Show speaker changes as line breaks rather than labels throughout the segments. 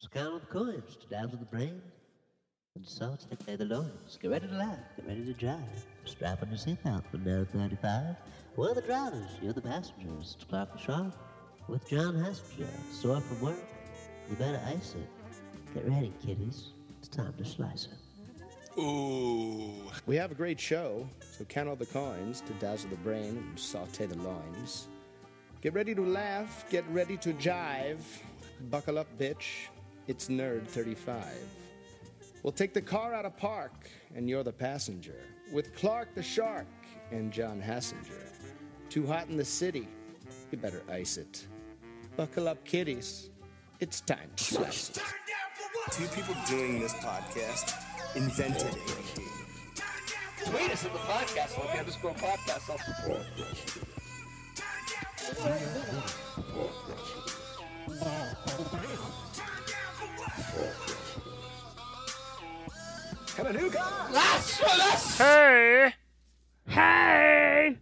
Skull with coins to dazzle the brain, and so take lay the loins. Get ready to laugh, get ready to drive. Strap on your seatbelt from down 35. We're the drivers, you're the passengers. It's Clark and Sharp with John Haspinger, sore from work. You better ice it. Get ready, kiddies. It's time to slice it.
Ooh.
We have a great show, so count all the coins to dazzle the brain and saute the loins. Get ready to laugh, get ready to jive. Buckle up, bitch. It's Nerd 35. We'll take the car out of park, and you're the passenger. With Clark the Shark and John Hassinger. Too hot in the city. You better ice it. Buckle up, kiddies. It's time to slice it.
Two people doing this podcast invented it.
Tweet us at the podcast, Olympic underscore podcast. I'll support. Got a new car. Last for us.
Hey! Hey!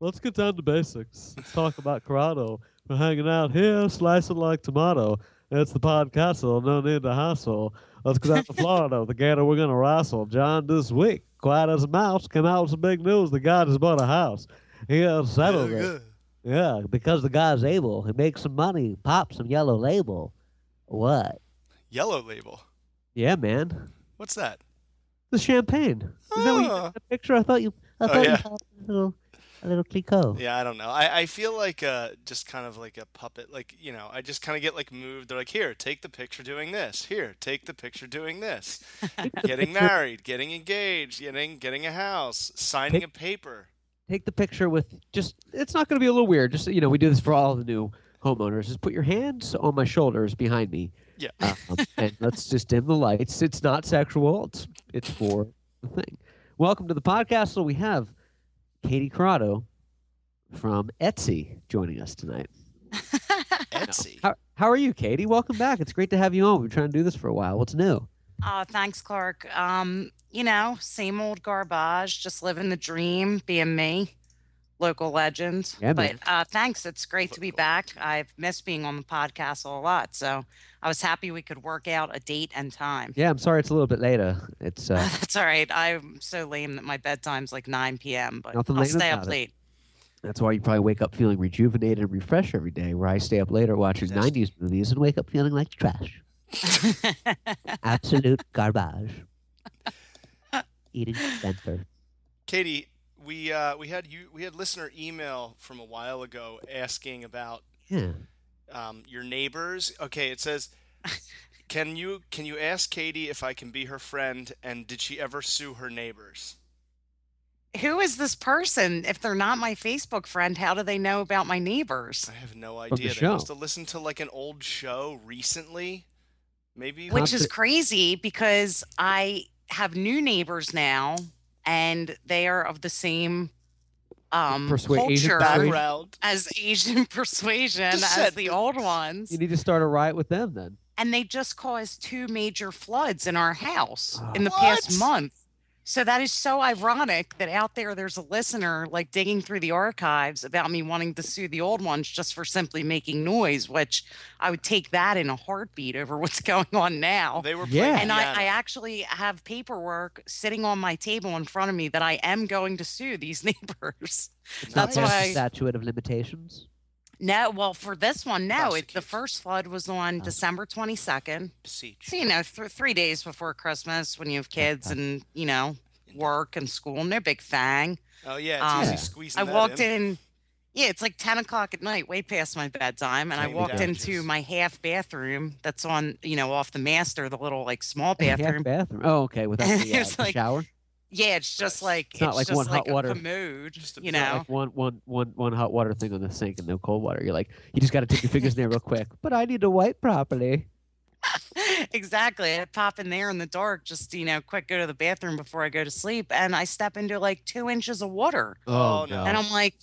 Let's get down to basics. Let's talk about Corrado. We're hanging out here, slicing like tomato. It's the podcastle, no need to hustle. Let's get out to Florida, the gator we're gonna wrestle. John this week, quiet as a mouse, came out with some big news. The guy has bought a house. He has settled it. Yeah, because the guy's able. He makes some money, pops some yellow label. What?
Yellow label.
Yeah, man.
What's that?
The champagne. Is that what you
Oh.
that picture? I thought you I
Oh,
thought you
yeah.
had a little a little Clicquot.
Yeah, I don't know. I, I feel like uh, just kind of like a puppet. Like, you know, I just kind of get like moved. They're like, here, take the picture doing this. Here, take the picture doing this. getting married, getting engaged, getting getting a house, signing a paper.
take the picture with just it's not going to be a little weird just you know we do this for all the new homeowners just put your hands on my shoulders behind me
Yeah.
um, and let's just dim the lights it's not sexual it's it's for the thing welcome to the podcast so we have katie corrado from etsy joining us tonight
Etsy.
how, how are you katie welcome back it's great to have you on we've been trying to do this for a while what's new
Oh, thanks, Clark. Um, you know, same old garbage, just living the dream, being me, local legend.
Yeah,
but
man.
uh, thanks. It's great to be back. I've missed being on the podcast a lot. So I was happy we could work out a date and time.
yeah i'm sorry it's a little bit later it's uh
That's all right. I'm so lame that my bedtime's like 9 p.m., but
Nothing
I'll
lame
stay
about
up
it.
late.
That's why you probably wake up feeling rejuvenated and refreshed every day, where I stay up later watching 90s movies and wake up feeling like trash. Absolute garbage. Eden Spencer.
Katie, we uh, we had you we had listener email from a while ago asking about
Yeah.
um, your neighbors. Okay, it says, "Can you can you ask Katie if I can be her friend? And did she ever sue her neighbors?"
Who is this person? If they're not my Facebook friend, how do they know about my neighbors?
I have no
the
idea. They
show.
must have listened to like an old show recently, maybe.
which is
Consti-
crazy because I have new neighbors now, and they are of the same um,
Persua- Asian persuasion?
culture
background.
as Asian persuasion
Just
as
said-
the old ones,
You need to start a riot with them then.
and they just caused two major floods in our house
Ah.
in the
What?
past month. So that is so ironic that out there there's a listener like digging through the archives about me wanting to sue the old ones just for simply making noise, which I would take that in a heartbeat over what's going on now.
They were
Yeah.
playing
And
piano.
I, I actually have paperwork sitting on my table in front of me that I am going to sue these neighbors.
It's
That's
not past
why-
the statute of limitations.
No, well, for this one, no. It, the
Prosecution.
first flood was
Oh.
on December 22nd.
Beseech.
So, you know, th- three days before Christmas when you have kids and, you know, work and school, no big thing.
Oh yeah, it's
Um,
easy squeezing
I
that
walked in. Yeah, it's like 10 o'clock at night, way past my bedtime. And I
Claiming
walked
damages.
into my half bathroom that's on, you know, off the master, the little like small
Yeah,
bathroom.
bathroom. Oh, okay. Without the, uh,
It's
the
like-
shower.
Yeah, it's just
Right.
like
It's not like
just
one hot
a
water-
commode,
Just a-
you
it's not
know.
Like one, one, one, one hot water thing on the sink and no cold water. You're like, you just got to take your fingers in there real quick. But I need to wipe properly.
exactly. I pop in there in the dark, just you know, quick go to the bathroom before I go to sleep, and I step into like two inches of water,
Oh, no.
and I'm like,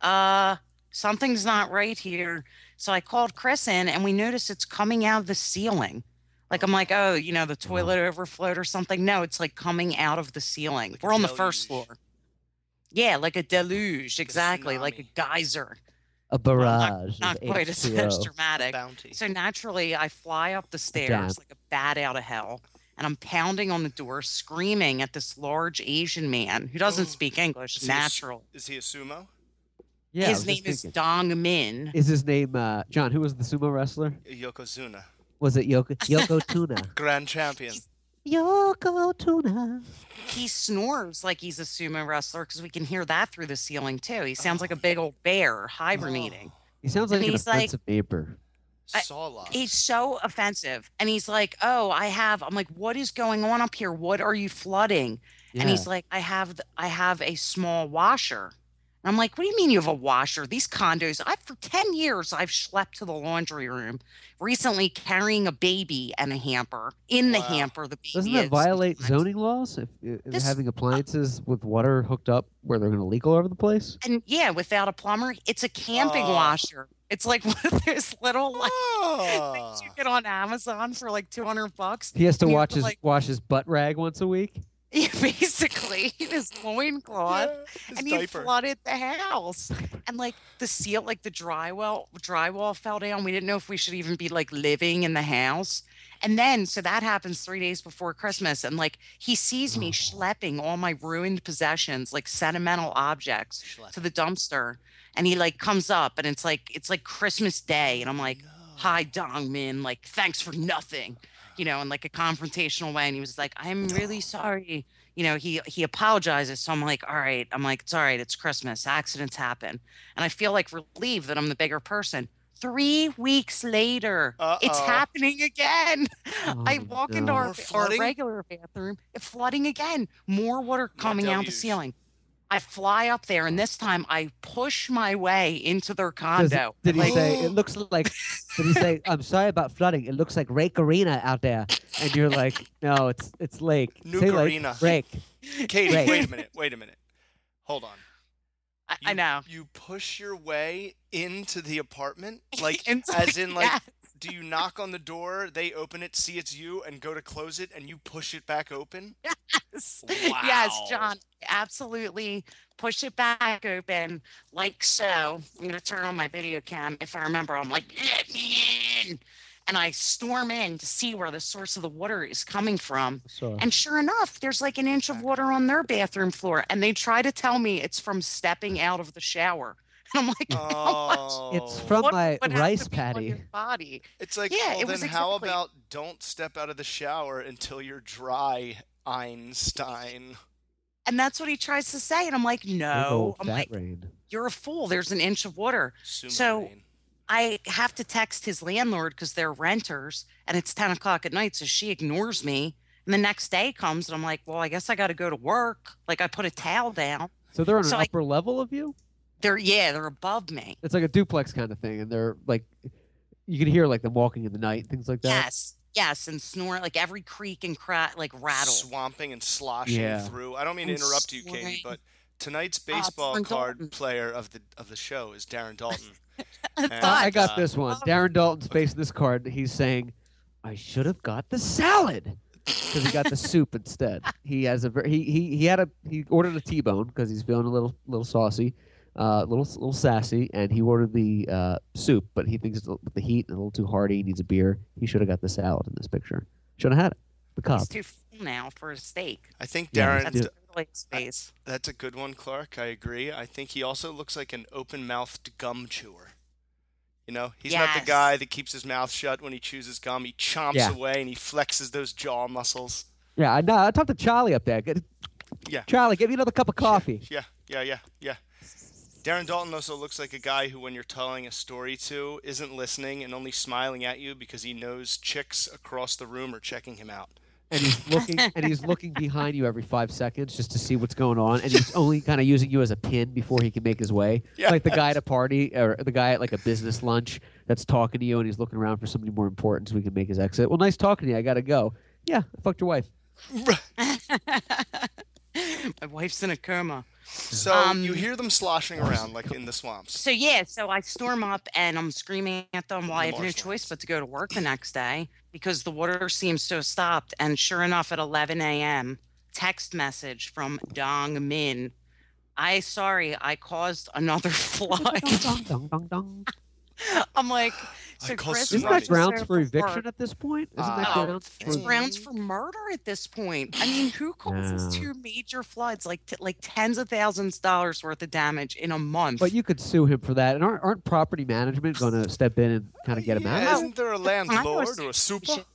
uh, something's not right here. So I called Chris in, and we noticed it's coming out of the ceiling. Like I'm like, oh, you know, the toilet overflowed or something. No, it's like coming out of the ceiling.
Like a
We're on the first
deluge.
floor. Yeah, like a deluge, exactly, like a
tsunami.
geyser.
a barrage.
Not
of
quite as, as
H2O.
dramatic.
Bounty.
So naturally, I fly up the stairs like a bat out of hell, and I'm pounding on the door, screaming at this large Asian man who
Oh,
doesn't speak English.
Is he a s-
Natural.
Is he a sumo?
Yeah, I
His
was
name
just
is
thinking.
Dong Min.
Is his name uh, John? Who was the sumo wrestler?
A Yokozuna.
Was it Yoko Yoko Tuna?
Grand champion.
Yoko Tuna.
He snores like he's a sumo wrestler because we can hear that through the ceiling too. He sounds
Oh.
like a big old bear hibernating.
He sounds
And
like an
he's like-
offensive neighbor.
I-
Sawlock.
He's so offensive, and he's like, "Oh, I have." I'm like, "What is going on up here? What are you flooding?" And he's like, I have, th- I have a small washer. And I'm like, what do you mean you have a washer? These condos, I for 10 years I've schlepped to the laundry room, recently carrying a baby and a hamper. In the
Wow.
hamper, the baby
Doesn't that
is-
violate zoning laws? If, if
This-
having appliances with water hooked up where they're going to leak all over the place?
And yeah, without a plumber, it's a camping
Oh.
washer. It's like one of those little like
Oh.
things you get on Amazon for like 200 bucks.
He has to
You have
watch
to,
his
like-
wash his butt rag once a week.
Yeah, basically, this loincloth.
Yeah, his
and he
diaper.
flooded the house. And like the seal, like the drywall drywall fell down. We didn't know if we should even be like living in the house. And then so that happens three days before Christmas. And like he sees me schlepping all my ruined possessions, like sentimental objects
Schlep.
to the dumpster. And he like comes up and it's like it's like Christmas Day. And I'm like, hi Dong Min, like thanks for nothing. You know, in like a confrontational way. And he was like, I'm really sorry you know, he he apologizes. So I'm like, all right, I'm like, it's all right, it's Christmas. Accidents happen. And I feel like relieved that I'm the bigger person. Three weeks later, it's
Uh-oh.
happening again. I
Oh,
walk into
no.
our,
More
our
flooding?
regular bathroom, it's flooding again. More water coming out the
deluge.
ceiling. I fly up there, and this time I push my way into their
Does-
condo.
did he
Like,
say it looks like? did he say I'm sorry about flooding? It looks like Rake Arena out there, and you're like, no, it's it's Lake.
Nuke
Say like,
Arena.
Rake.
Katie,
Right.
wait a minute. Wait a minute. Hold on.
I,
You-
I know.
You push your way into the apartment, like
Into-
as in like.
yeah.
Do you knock on the door? They open it, see it's you, and go to close it, and you push it back open.
yes.
Wow.
Yes, John, absolutely. Push it back open like so. I'm gonna turn on my video cam. If I remember, I'm like, let me in. And I storm in to see where the source of the water is coming from.
So
And sure enough, there's like an inch of water on their bathroom floor. And they try to tell me it's from stepping out of the shower. And I'm like,
Oh,
it's from
what
my
would have to
rice
be on
patty.
your body?
It's like,
Yeah,
well,
it
then
was
how
exactly-
about don't step out of the shower until you're dry, Einstein?
And that's what he tries to say. And I'm like,
Big
no.
old
I'm
fat
like,
rain.
you're a fool. There's an inch of water.
Sumo
So-
rain.
I have to text his landlord because they're renters and it's 10 o'clock at night. So she ignores me. And the next day comes and I'm like, well, I guess I got to go to work. Like I put a towel down.
So they're on
So
an
I-
upper level of you.
They're, yeah, they're above me.
It's like a duplex kind of thing, and they're like, you can hear like them walking in the night, and things like that.
Yes. Yes. And snore like every creak and crack, like rattle.
swamping and sloshing
Yeah.
through. I don't mean to
And
interrupt you,
swearing.
Katie, but tonight's
Darren
baseball card
Dalton.
player of the of the show is Darren Dalton. And,
thought-
I got
uh,
this one.
Oh.
Darren Dalton's facing this card. and He's saying, "I should have got the salad because he got the soup instead." He has a very, he he he had a he ordered a T-bone because he's feeling a little little saucy, uh, little little sassy, and he ordered the uh, soup, but he thinks it's a- with the heat a little too hearty. He needs a beer. He should have got the salad in this picture. Should have had it. The cup.
He's too full now for a steak.
I think
Yeah,
Darren.
That's
do-
totally his face.
That's a good one, Clark. I agree. I think he also looks like an open-mouthed gum chewer. You know, he's not
Yes.
the guy that keeps his mouth shut when he chews his gum. He chomps
Yeah.
away and he flexes those jaw muscles.
Yeah, I know. I talked to Charlie up there. Get-
Yeah.
Charlie, give me another cup of coffee.
Yeah, yeah, yeah, yeah. Darren Dalton also looks like a guy who, when you're telling a story to, isn't listening and only smiling at you because he knows chicks across the room are checking him out.
and he's looking and he's looking behind you every five seconds just to see what's going on and he's only kind of using you as a pin before he can make his way like the guy at a party or the guy at like a business lunch that's talking to you and he's looking around for somebody more important so he can make his exit well nice talking to you i gotta go yeah i fucked your wife
My wife's in a coma.
So
Um,
you hear them sloshing around like in the swamps.
So yeah, so I storm up and I'm screaming at them. Well,
The
I have no
marshal.
choice but to go to work the next day because the water seems to have stopped. And sure enough, at 11 a.m., text message from Dong Min. I sorry, I caused another flood.
Dong, dong, dong, dong.
I'm like,
I
so
caused
Chris,
Isn't
Right.
that grounds
So
for
for-
eviction at this point? Isn't that
Uh,
grounds for
it's grounds for murder at this point. I mean, who causes
Yeah.
two major floods, like t- like tens of thousands of dollars worth of damage in a month?
But you could sue him for that. And aren't, aren't property management going to step in and kind of get him
Yeah,
out? of it?
Isn't there a landlord or a super?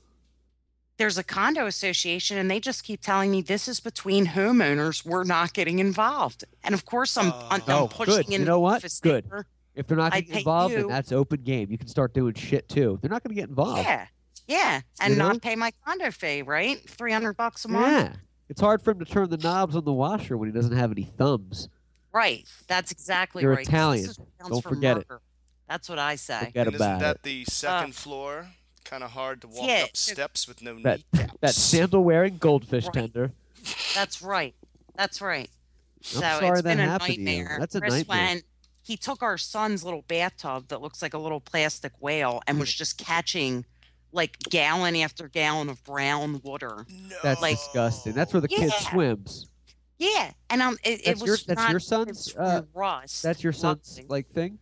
There's a condo association, and they just keep telling me this is between homeowners. We're not getting involved. And of course, I'm
Oh.
I'm
Oh,
pushing
good.
in.
You know what?
for
Good.
sticker.
If they're not
I
getting
pay
involved, then
you.
that's open game. You can start doing shit too. They're not going to get involved.
Yeah, yeah, and
You know?
not pay my condo fee, right? Three hundred bucks a month.
Yeah. It's hard for him to turn the knobs on the washer when he doesn't have any thumbs.
Right. That's exactly
You're
right. 'cause this
Italian.
is grounds
Don't
for
forget it.
murder. That's what I say.
Forget
and
about
isn't
it.
that the second floor? Kind of hard to walk
Uh, Yeah,
up
it's-
steps with no
That-
kneecaps.
That sandal wearing goldfish
Right.
tender.
That's right. That's right. so
sorry
it's
that
been a
happened to you.
nightmare.
That's a
Chris
nightmare.
went- he took our son's little bathtub that looks like a little plastic whale and was just catching like gallon after gallon of brown water.
No.
That's disgusting. That's where the kid
Oh, Yeah.
swims.
Yeah, and um, it, it
That's
was
your- that's
not,
your
it
son's,
was
uh,
rust.
That's your son's
rusting.
like thing.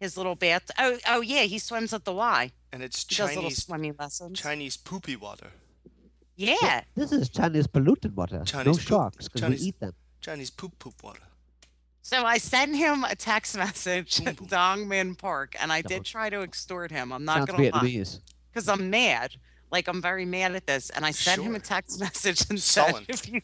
his little bath. Oh, oh yeah, he swims at the Y.
and it's
He does little
Chinese
swimming lessons.
Chinese poopy water.
yeah,
This is Chinese polluted water. no
Chinese poop-
sharks because we
Chinese-
eat them.
Chinese poop poop water.
So I sent him a text message
Boom,
at
boom.
Dong Min Park, and I
Dong.
did try to extort him. I'm
Sounds
not going to lie,
Vietnamese.
because I'm mad. Like I'm very mad at this, and I sent him a
Sure.
text message and
Sullen.
said, "If you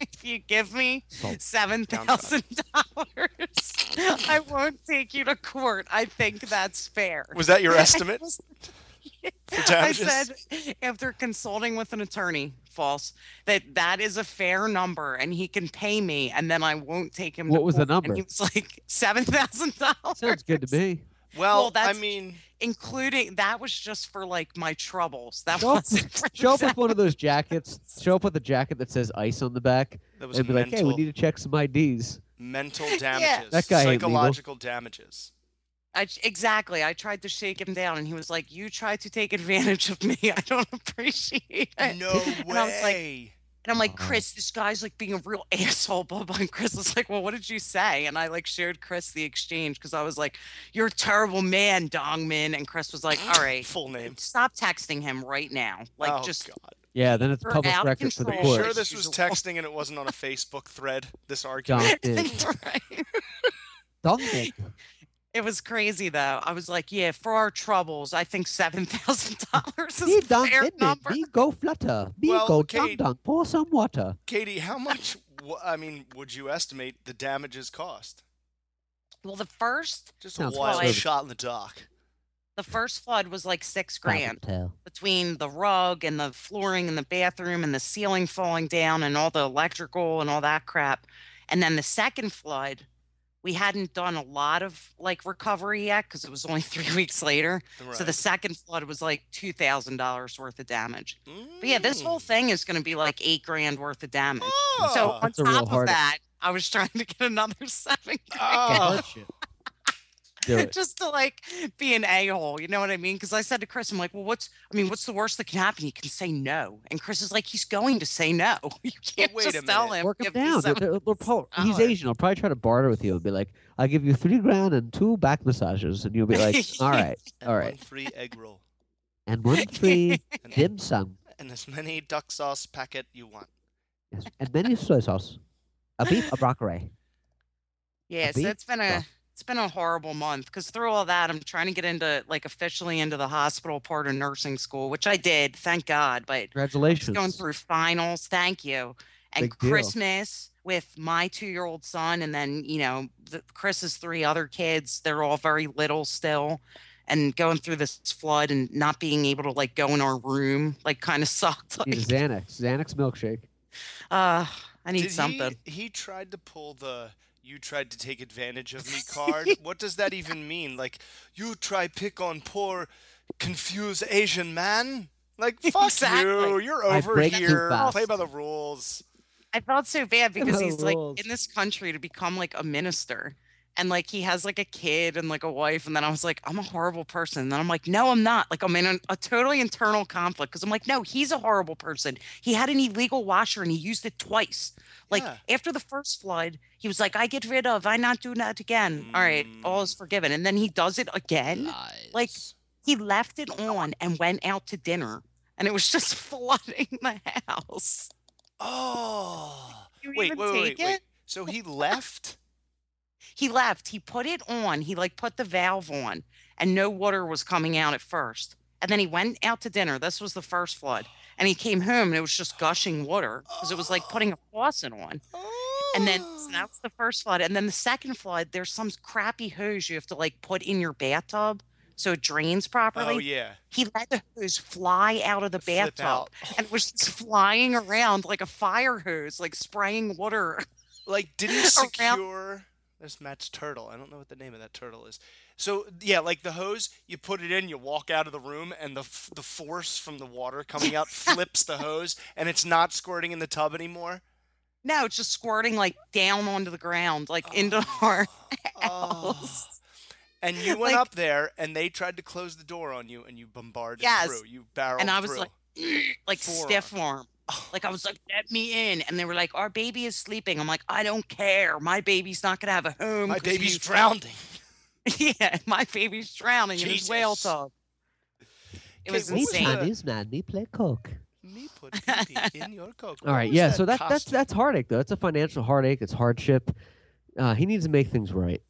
if you give me
Sullen.
seven thousand dollars, I won't take you to court. I think that's fair."
Was that your estimate? for
I
damages?
said, after consulting with an attorney, false, that that is a fair number and he can pay me and then I won't take him. to
What was the
court.
number?
And he was like $7,000.
Sounds good to me.
well,
well,
I
that's-
mean,
Including that was just for like my troubles. That
Show up,
wasn't for
show up with one of those jackets. Show up with a jacket that says ice on the back,
that was
and be
mental,
like, "Hey, we need to check some IDs."
mental
Yeah.
damages.
That guy ain't legal.
Psychological damages.
I, exactly. I tried to shake
Mm.
him down and he was like, You tried to take advantage of me. I don't appreciate it.
No way.
Uh, And I was like, And I'm like,
Wow.
Chris, this guy's like being a real asshole, blah, blah. And Chris was like, Well, what did you say? And I like shared Chris the exchange because I was like, You're a terrible man, Dongmin. And Chris was like, All right,
Full name.
stop texting him right now. Like,
oh,
just,
God.
Yeah, then it's
You're
public
out of
record for the
Are you
control.
court.
sure this was
Usual.
texting and it wasn't on a Facebook thread? This
Dong
argument.
Min.
Right.
Dong Min.
it was crazy though. I was like, Yeah, for our troubles, I think $7,000
Me
is a
Dong
fair
Min,
number.
Me go flutter. Me
Well,
go
okay.
dong dong. Pour some water.
Katie, how much? wa- I mean, would you estimate the damages cost?
Well, the first,
Just
Sounds
a wild
like-
shot in the dark.
the first flood was like six
Stop it,
grand.
Tell.
between the rug and the flooring in the bathroom and the ceiling falling down and all the electrical and all that crap. And then the second flood, we hadn't done a lot of like recovery yet because it was only three weeks later. So the second flood was like two thousand dollars worth of damage. But yeah, this
Mm.
whole thing is going to be like eight grand worth of damage. So
Oh,
on
That's a real
top of
hard-
that, I was trying to get another seven
oh,
Do it.
just to like be an a hole. You know what I mean? Because I said to Chris, I'm like, well, what's, I mean, what's the worst that can happen? He can say no. And Chris is like, he's going to say no. You can't
wait a
just tell
minute.
him.
Work him
"Give me
down. They're-
some-"
they're- they're pro- he's
dollars.
Asian. I'll probably try to barter with you and be like, "I'll give you three grand and two back massages," and you'll be like, "All right,
and
all
One
right,
free egg roll
and one free
and,
dim sum,
and as many duck sauce packet you want.
Yes, and many soy sauce, a beef, a broccoli."
Yeah. So
beat?
it's been
Yeah.
a, it's been a horrible month because through all that, I'm trying to get into like officially into the hospital part of nursing school, which I did, thank God. But
Congratulations.
going through finals. Thank you. And
Big deal.
Christmas with my two year old son, and then, you know, the, Chris's three other kids. They're all very little still. And going through this flood and not being able to like go in our room, like kind of sucked.
Need
Like,
a Xanax, Xanax milkshake.
uh, I need
Did
something.
He, he tried to pull the "you tried to take advantage of me" card. what does that even mean? Like you try pick on poor, confused Asian man. Like fuck you.
Exactly.
You're
I
over
break too
here.
fast.
Play by the rules.
I felt so bad because
Hello,
he's like
Rolls.
in this country to become like a minister. and like he has like a kid and like a wife and then i was like i'm a horrible person and then i'm like no i'm not like i'm in an, a totally internal conflict because i'm like no he's a horrible person he had an illegal washer and he used it twice like
Yeah.
after the first flood he was like i get rid of i not do that again all right all
Mm.
is forgiven and then he does it again
Lies.
like he left it on and went out to dinner and it was just flooding the house
Oh.
you
Wait,
even
wait, wait,
take
wait, wait.
it?
So he left?
he left he put it on he like put the valve on and no water was coming out at first and then he went out to dinner this was the first flood and he came home and it was just gushing water because it was like putting a faucet on and then so that was the first flood and then the second flood there's some crappy hose you have to like put in your bathtub so it drains properly
Oh, yeah.
he let the hose fly out of the
Flip
bathtub
out.
and it was just flying around like a fire hose like spraying water
Like, didn't secure. There's Matt's turtle. I don't know what the name of that turtle is. So, yeah, like the hose, you put it in, you walk out of the room, and the, f- the force from the water coming out flips the hose, and it's not squirting in the tub anymore.
No, it's just squirting like down onto the ground, like into our
Oh.
house.
And you went
Like-
up there, and they tried to close the door on you, and you bombarded
Yes.
through. You barreled
And I was
through.
like, like stiff arm.
Oh.
Like I was like, let me in. And they were like, our baby is sleeping. I'm like, I don't care. My baby's not gonna have a home.
my
'cause
baby's
you-"
drowning.
yeah, my baby's drowning in his whale
Jesus.
tub. It
Okay,
was
what was
insane.
the-
Chinese man, me play coke.
Me put pee pee in your coke. What
All right,
was
yeah.
that
so that, that's
costume?
that's heartache though. It's a financial heartache. It's hardship. Uh, he needs to make things right.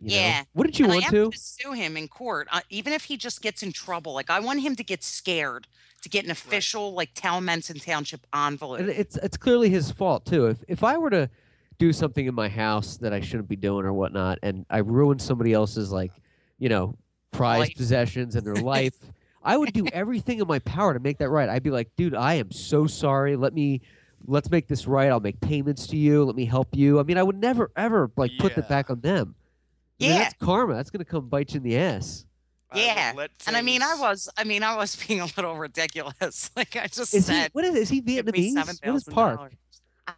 you know?
Yeah.
What did you
and
want
I am
to?
gonna sue him in court, uh, even if he just gets in trouble. Like I want him to get scared to get an official like Talmanson Township envelope.
And it's it's clearly his fault too. If if I were to do something in my house that I shouldn't be doing or whatnot, and I ruin somebody else's like, you know, prized
Life.
possessions and their life, I would do everything in my power to make that right. I'd be like, dude, I am so sorry. Let me let's make this right. I'll make payments to you. Let me help you. I mean, I would never ever like put
Yeah.
that back on them. I mean,
Yeah.
that's karma. That's gonna come bite you in the ass.
I would
Yeah,
let
And I mean, I
things-
was, I mean, I was being a little ridiculous. Like I just
Is he
said,
what is is he
"Give me
Vietnamese? What is
$7,000."
Park?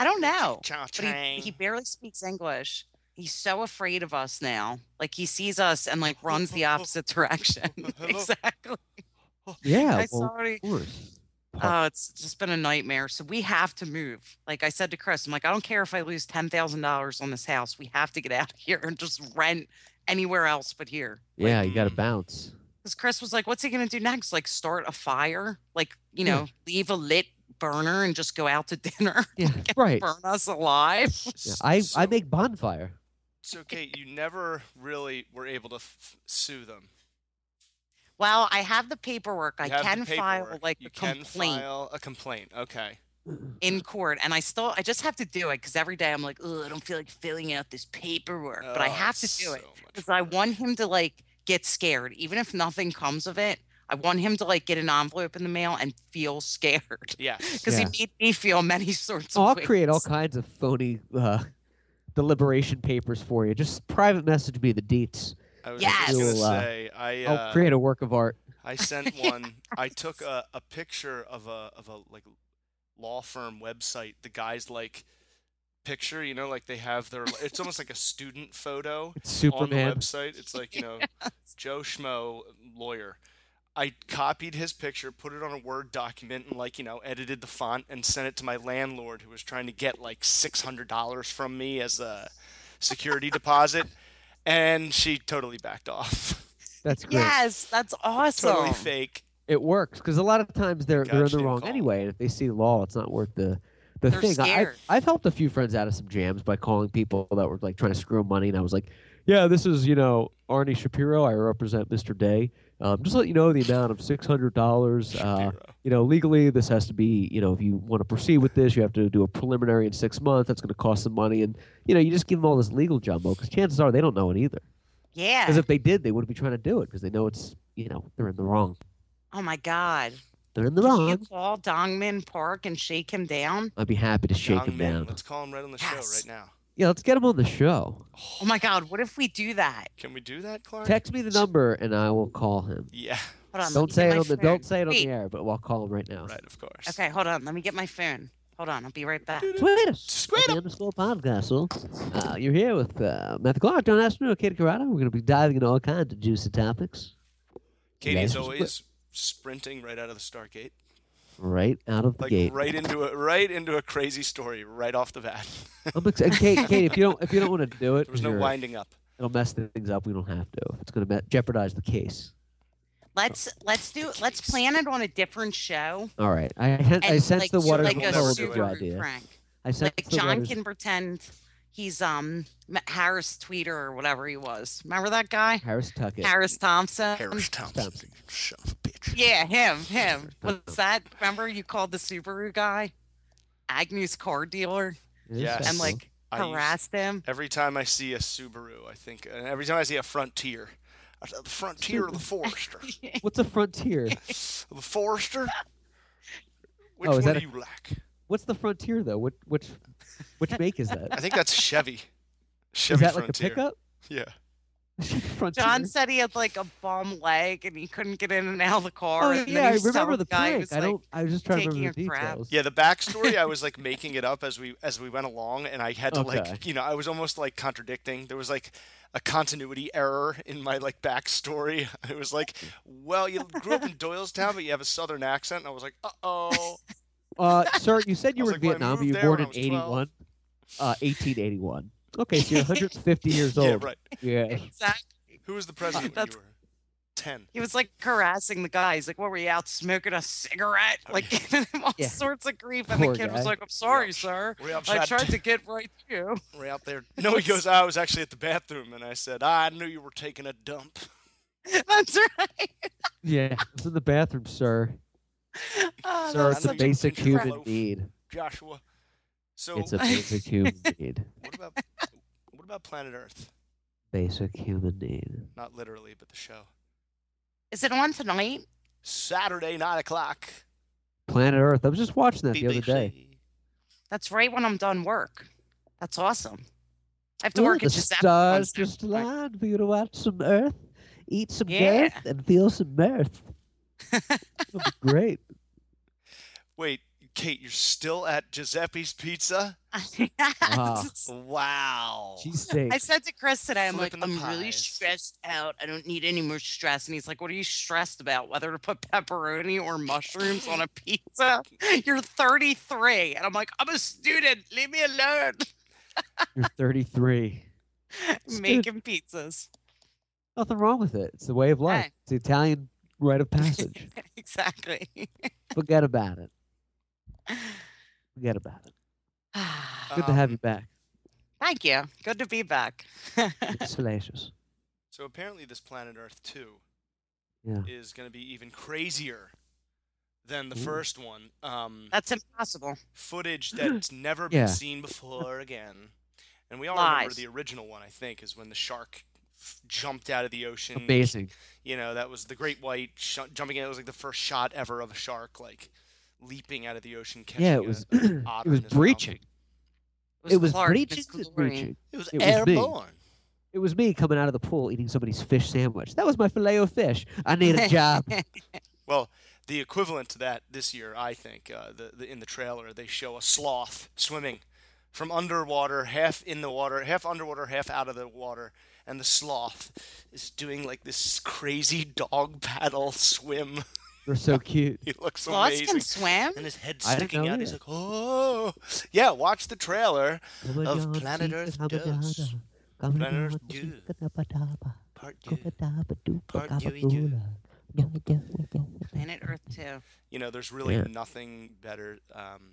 I don't know,
Cha
but he, he
chang.
barely speaks English. He's so afraid of us now. Like he sees us and like runs the opposite direction.
Hello?
exactly.
Yeah,
I
well,
saw it.
of course.
Oh, it's just been a nightmare. So we have to move. Like I said to Chris, I'm like, I don't care if I lose ten thousand dollars on this house. We have to get out of here and just rent anywhere else but here.
Yeah, you got to
Mm.
bounce.
because Chris was like, "What's he gonna do next? Like start a fire? Like you know, leave a lit burner and just go out to dinner,
Yeah, right.
burn us alive?"
Yeah, I,
so,
I make bonfire.
So Kate, you never really were able to f- sue them.
Well, I have the paperwork. I
You have the
can file
paperwork.
like
you
a
can
complaint
file a complaint. Okay.
in court, and I still I just have to do it because every day I'm like, "Oh, I don't feel like filling out this paperwork," but I
Oh,
have to
it's
do it
so much
because I
work.
want him to like get scared, even if nothing comes of it. I want him to like get an envelope in the mail and feel scared
Yes.
because
Yeah.
he made me feel many sorts of.
I'll create all
ways.
kinds of phony uh, deliberation papers for you. Just private message me the deets.
I was
Yes.
just gonna
You'll, uh,
say I.
I'll
Uh,
create a work of art.
I sent one. I took a, a picture of a of a like law firm website. The guy's like picture, you know, like they have their. It's almost like a student photo.
It's
on the
Superman.
website. It's like, you know, Joe Schmo, lawyer. I copied his picture, put it on a Word document, and like, you know, edited the font and sent it to my landlord who was trying to get like $600 from me as a security deposit. And she totally backed off.
That's great.
Yes, that's awesome.
totally fake.
It works because a lot of times they're
Got
they're in
you
the wrong
called.
anyway, and if they see law, it's not worth the the
They're
thing. I,
scared.
I've helped a few friends out of some jams by calling people that were like trying to screw money, and I was like, "Yeah, this is you know Arnie Shapiro. I represent Mr. Day. Um, just let you know the amount of six hundred dollars. Uh,
Shapiro.
you know, legally, this has to be, you know, if you want to proceed with this, you have to do a preliminary in six months. That's going to cost some money. And, you know, you just give them all this legal jumbo because chances are they don't know it either.
Yeah.
Because if they did, they wouldn't be trying to do it because they know it's, you know, they're in the wrong.
oh my God.
They're in the
Can you
wrong.
call Dongman Park and shake him down?
I'd be happy to shake
Young
them
man,
down.
Let's call him right on the
Yes.
show right now.
Yeah, let's get them on the show.
Oh my God. What if we do that?
Can we do that, Clark?
Text me the number and I will call him.
Yeah,
Hold on. let me
Don't
get
say
my
it on the
phone.
don't say it on
Wait.
the air, but I'll call him right now.
right, of course.
Okay, hold on. Let me get my phone. Hold on, I'll be right back.
Tweet us.
Squid
at the underscore podcastle. Uh, you're here with uh, Matt the Clark, John Astro, Katie Corrado. We're going to be diving into all kinds of juicy topics
Katie's
Yeah.
always sprinting right out of the Stargate,
right out of the
like
gate.
right into a right into a crazy story right off the bat.
I'm ex- and Kate, Kate, if you don't if you don't want to do it,
There was no
you're-
winding up.
it'll mess things up. We don't have to. It's going to me- jeopardize the case.
Let's let's do let's plan it on a different show.
All right. I, hen- I
and,
sense the water
like
a
will
will
never
do
do
Subaru
it.
idea.
Crank.
I sense
Like
the
John
waters-
can pretend he's um M- Harris Tweeter or whatever he was. Remember that guy?
Harris Tuckett.
Harris Thompson.
Harris Thompson,
Thompson.
son of a bitch.
Yeah, him, him.
Thompson.
What's that? Remember you called the Subaru guy Agnew's car dealer
Yes,
Yes.
and
that's
like
I used-
harassed him?
Every time I see a Subaru, I think, and every time I see a Frontier, I say, the Frontier or the Forester,
cool. what's a frontier?
the Forester. Which
Oh, is
one
that
do
a-
you like?
What's the frontier though? What which which make is that?
I think that's Chevy. Chevy
Is that
Frontier.
like a pickup?
Yeah.
frontier.
John said he had like a bum leg and he couldn't get in and out of the car.
Oh
and then
yeah, I
he was
remember
telling
the
guy, he
prank.
was
I
like,
don't. I was just trying to
taking
remember the
a crap.
details.
Yeah, the backstory I was like making it up as we as we went along and I had to like
Okay.
you know, I was almost like contradicting. There was like a continuity error in my like backstory. It was like, well, you grew up in Doylestown but you have a southern accent and I was like, uh oh.
Uh, sir, you said you
I
were
was
in
like, well, I
Vietnam. but
moved
You were
there
born in
when I was 12.
'81. Uh, 1881. Okay, so you're 150 years
yeah,
old.
right.
Yeah.
Exactly.
Who was the president when you
That's-
were ten?
He was like harassing the guy. He's like, "What were you out smoking a cigarette?" Like giving him all
Yeah.
sorts of grief, and
Poor
the kid
guy.
was like, "I'm sorry,
Yeah.
sir.
We're outside
I tried to get right to you."
we're out there. No, he goes, I was actually at the bathroom and I said, "Ah, I knew you were taking a dump.
That's right.
Yeah. I was in the bathroom, sir.
Oh,
sir,
that's
it's a
such a-
basic
ginger
human
loaf.
need.
Joshua. So
It's a basic human need.
what about what about planet Earth?
Basic human need.
Not literally, but the show.
Is it on tonight?
Saturday, nine o'clock.
Planet Earth. I was just watching that the other day.
BBC.
That's right when I'm done work. That's awesome. I have to
Ooh,
work
the
at Giuseppe. on
stars
Saturday
just
night.
aligned for you to watch some Earth, eat some
Yeah.
girth, and feel some mirth. It'll be great.
Wait, Kate, you're still at Giuseppe's Pizza?
Ah.
Wow.
She's safe.
I said to Chris today, I'm like,
Flipping
I'm
the
really
pies.
stressed out. I don't need any more stress. And he's like, What are you stressed about? Whether to put pepperoni or mushrooms on a pizza? You're 33. And I'm like, I'm a student. Leave me alone.
You're 33. Student.
Making pizzas.
Nothing wrong with it. It's the way of life.
Hey.
It's the Italian rite of passage.
Exactly.
Forget about it. Forget about it. Good
Um,
to have you back.
Thank you. Good to be back.
It's salacious.
So apparently, this planet Earth 2
Yeah.
is going to be even crazier than the
Ooh.
first one. Um,
That's impossible.
footage that's never been
Yeah.
seen before again. And we all remember
Lies.
the original one, I think, is when the shark f- jumped out of the ocean.
Amazing.
you know that was the great white sh- jumping in it was like the first shot ever of a shark like leaping out of the ocean catching
Yeah,
a-
it was
an
it
otter
was
in his mouth.
breaching. It was
Clark and
breaching.
his
It was
glory.
breaching.
it was
It was big.
airborne
It was me coming out of the pool eating somebody's fish sandwich. That was my filet o fish. I need a job.
well the equivalent to that this year i think uh, the, the in the trailer they show a sloth swimming from underwater half in the water half underwater half out of the water and the sloth is doing like this crazy dog paddle swim
You're so cute.
he looks
Sloths
amazing
can swim.
and his head
I didn't
sticking
know
out he's
that.
like oh yeah watch the trailer Of Planet Earth Dose. Planet Earth Dew. part two Part Dewey Dew.
Planet Earth too.
you know, there's really
Yeah.
nothing better um,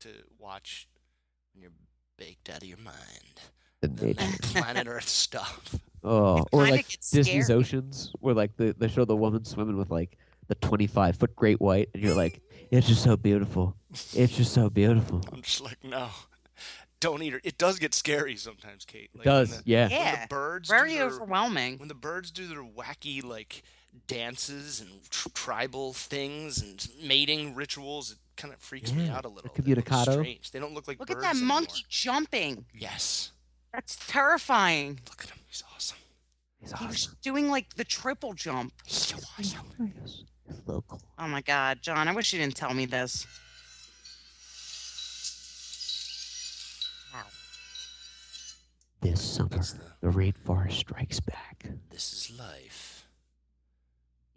to watch when you're baked out of your mind than that planet Earth stuff.
Oh,
It
or
kinda
like
gets
Disney's
scary.
Oceans, where like the they show the woman swimming with like the 25 foot great white, and you're like, it's just so beautiful. It's just so beautiful.
I'm just like, no, don't eat her. It does get scary sometimes, Kate. Like,
It
when
does,
the-
yeah.
When
Yeah.
the birds do
Very
their-
overwhelming.
when the birds do their wacky like dances and tr- tribal things and mating rituals, it kind of freaks me
Yeah,
out a
the
little. They look
communicado.
strange. They don't look like
Look at
birds
that
anymore.
monkey jumping.
Yes,
That's terrifying.
look at him. He's awesome.
It's
He was
awesome.
doing like the triple jump.
He's so awesome.
Local.
Oh my God, John, I wish you didn't tell me this.
This summer,
That's the-
the rainforest strikes back
This is life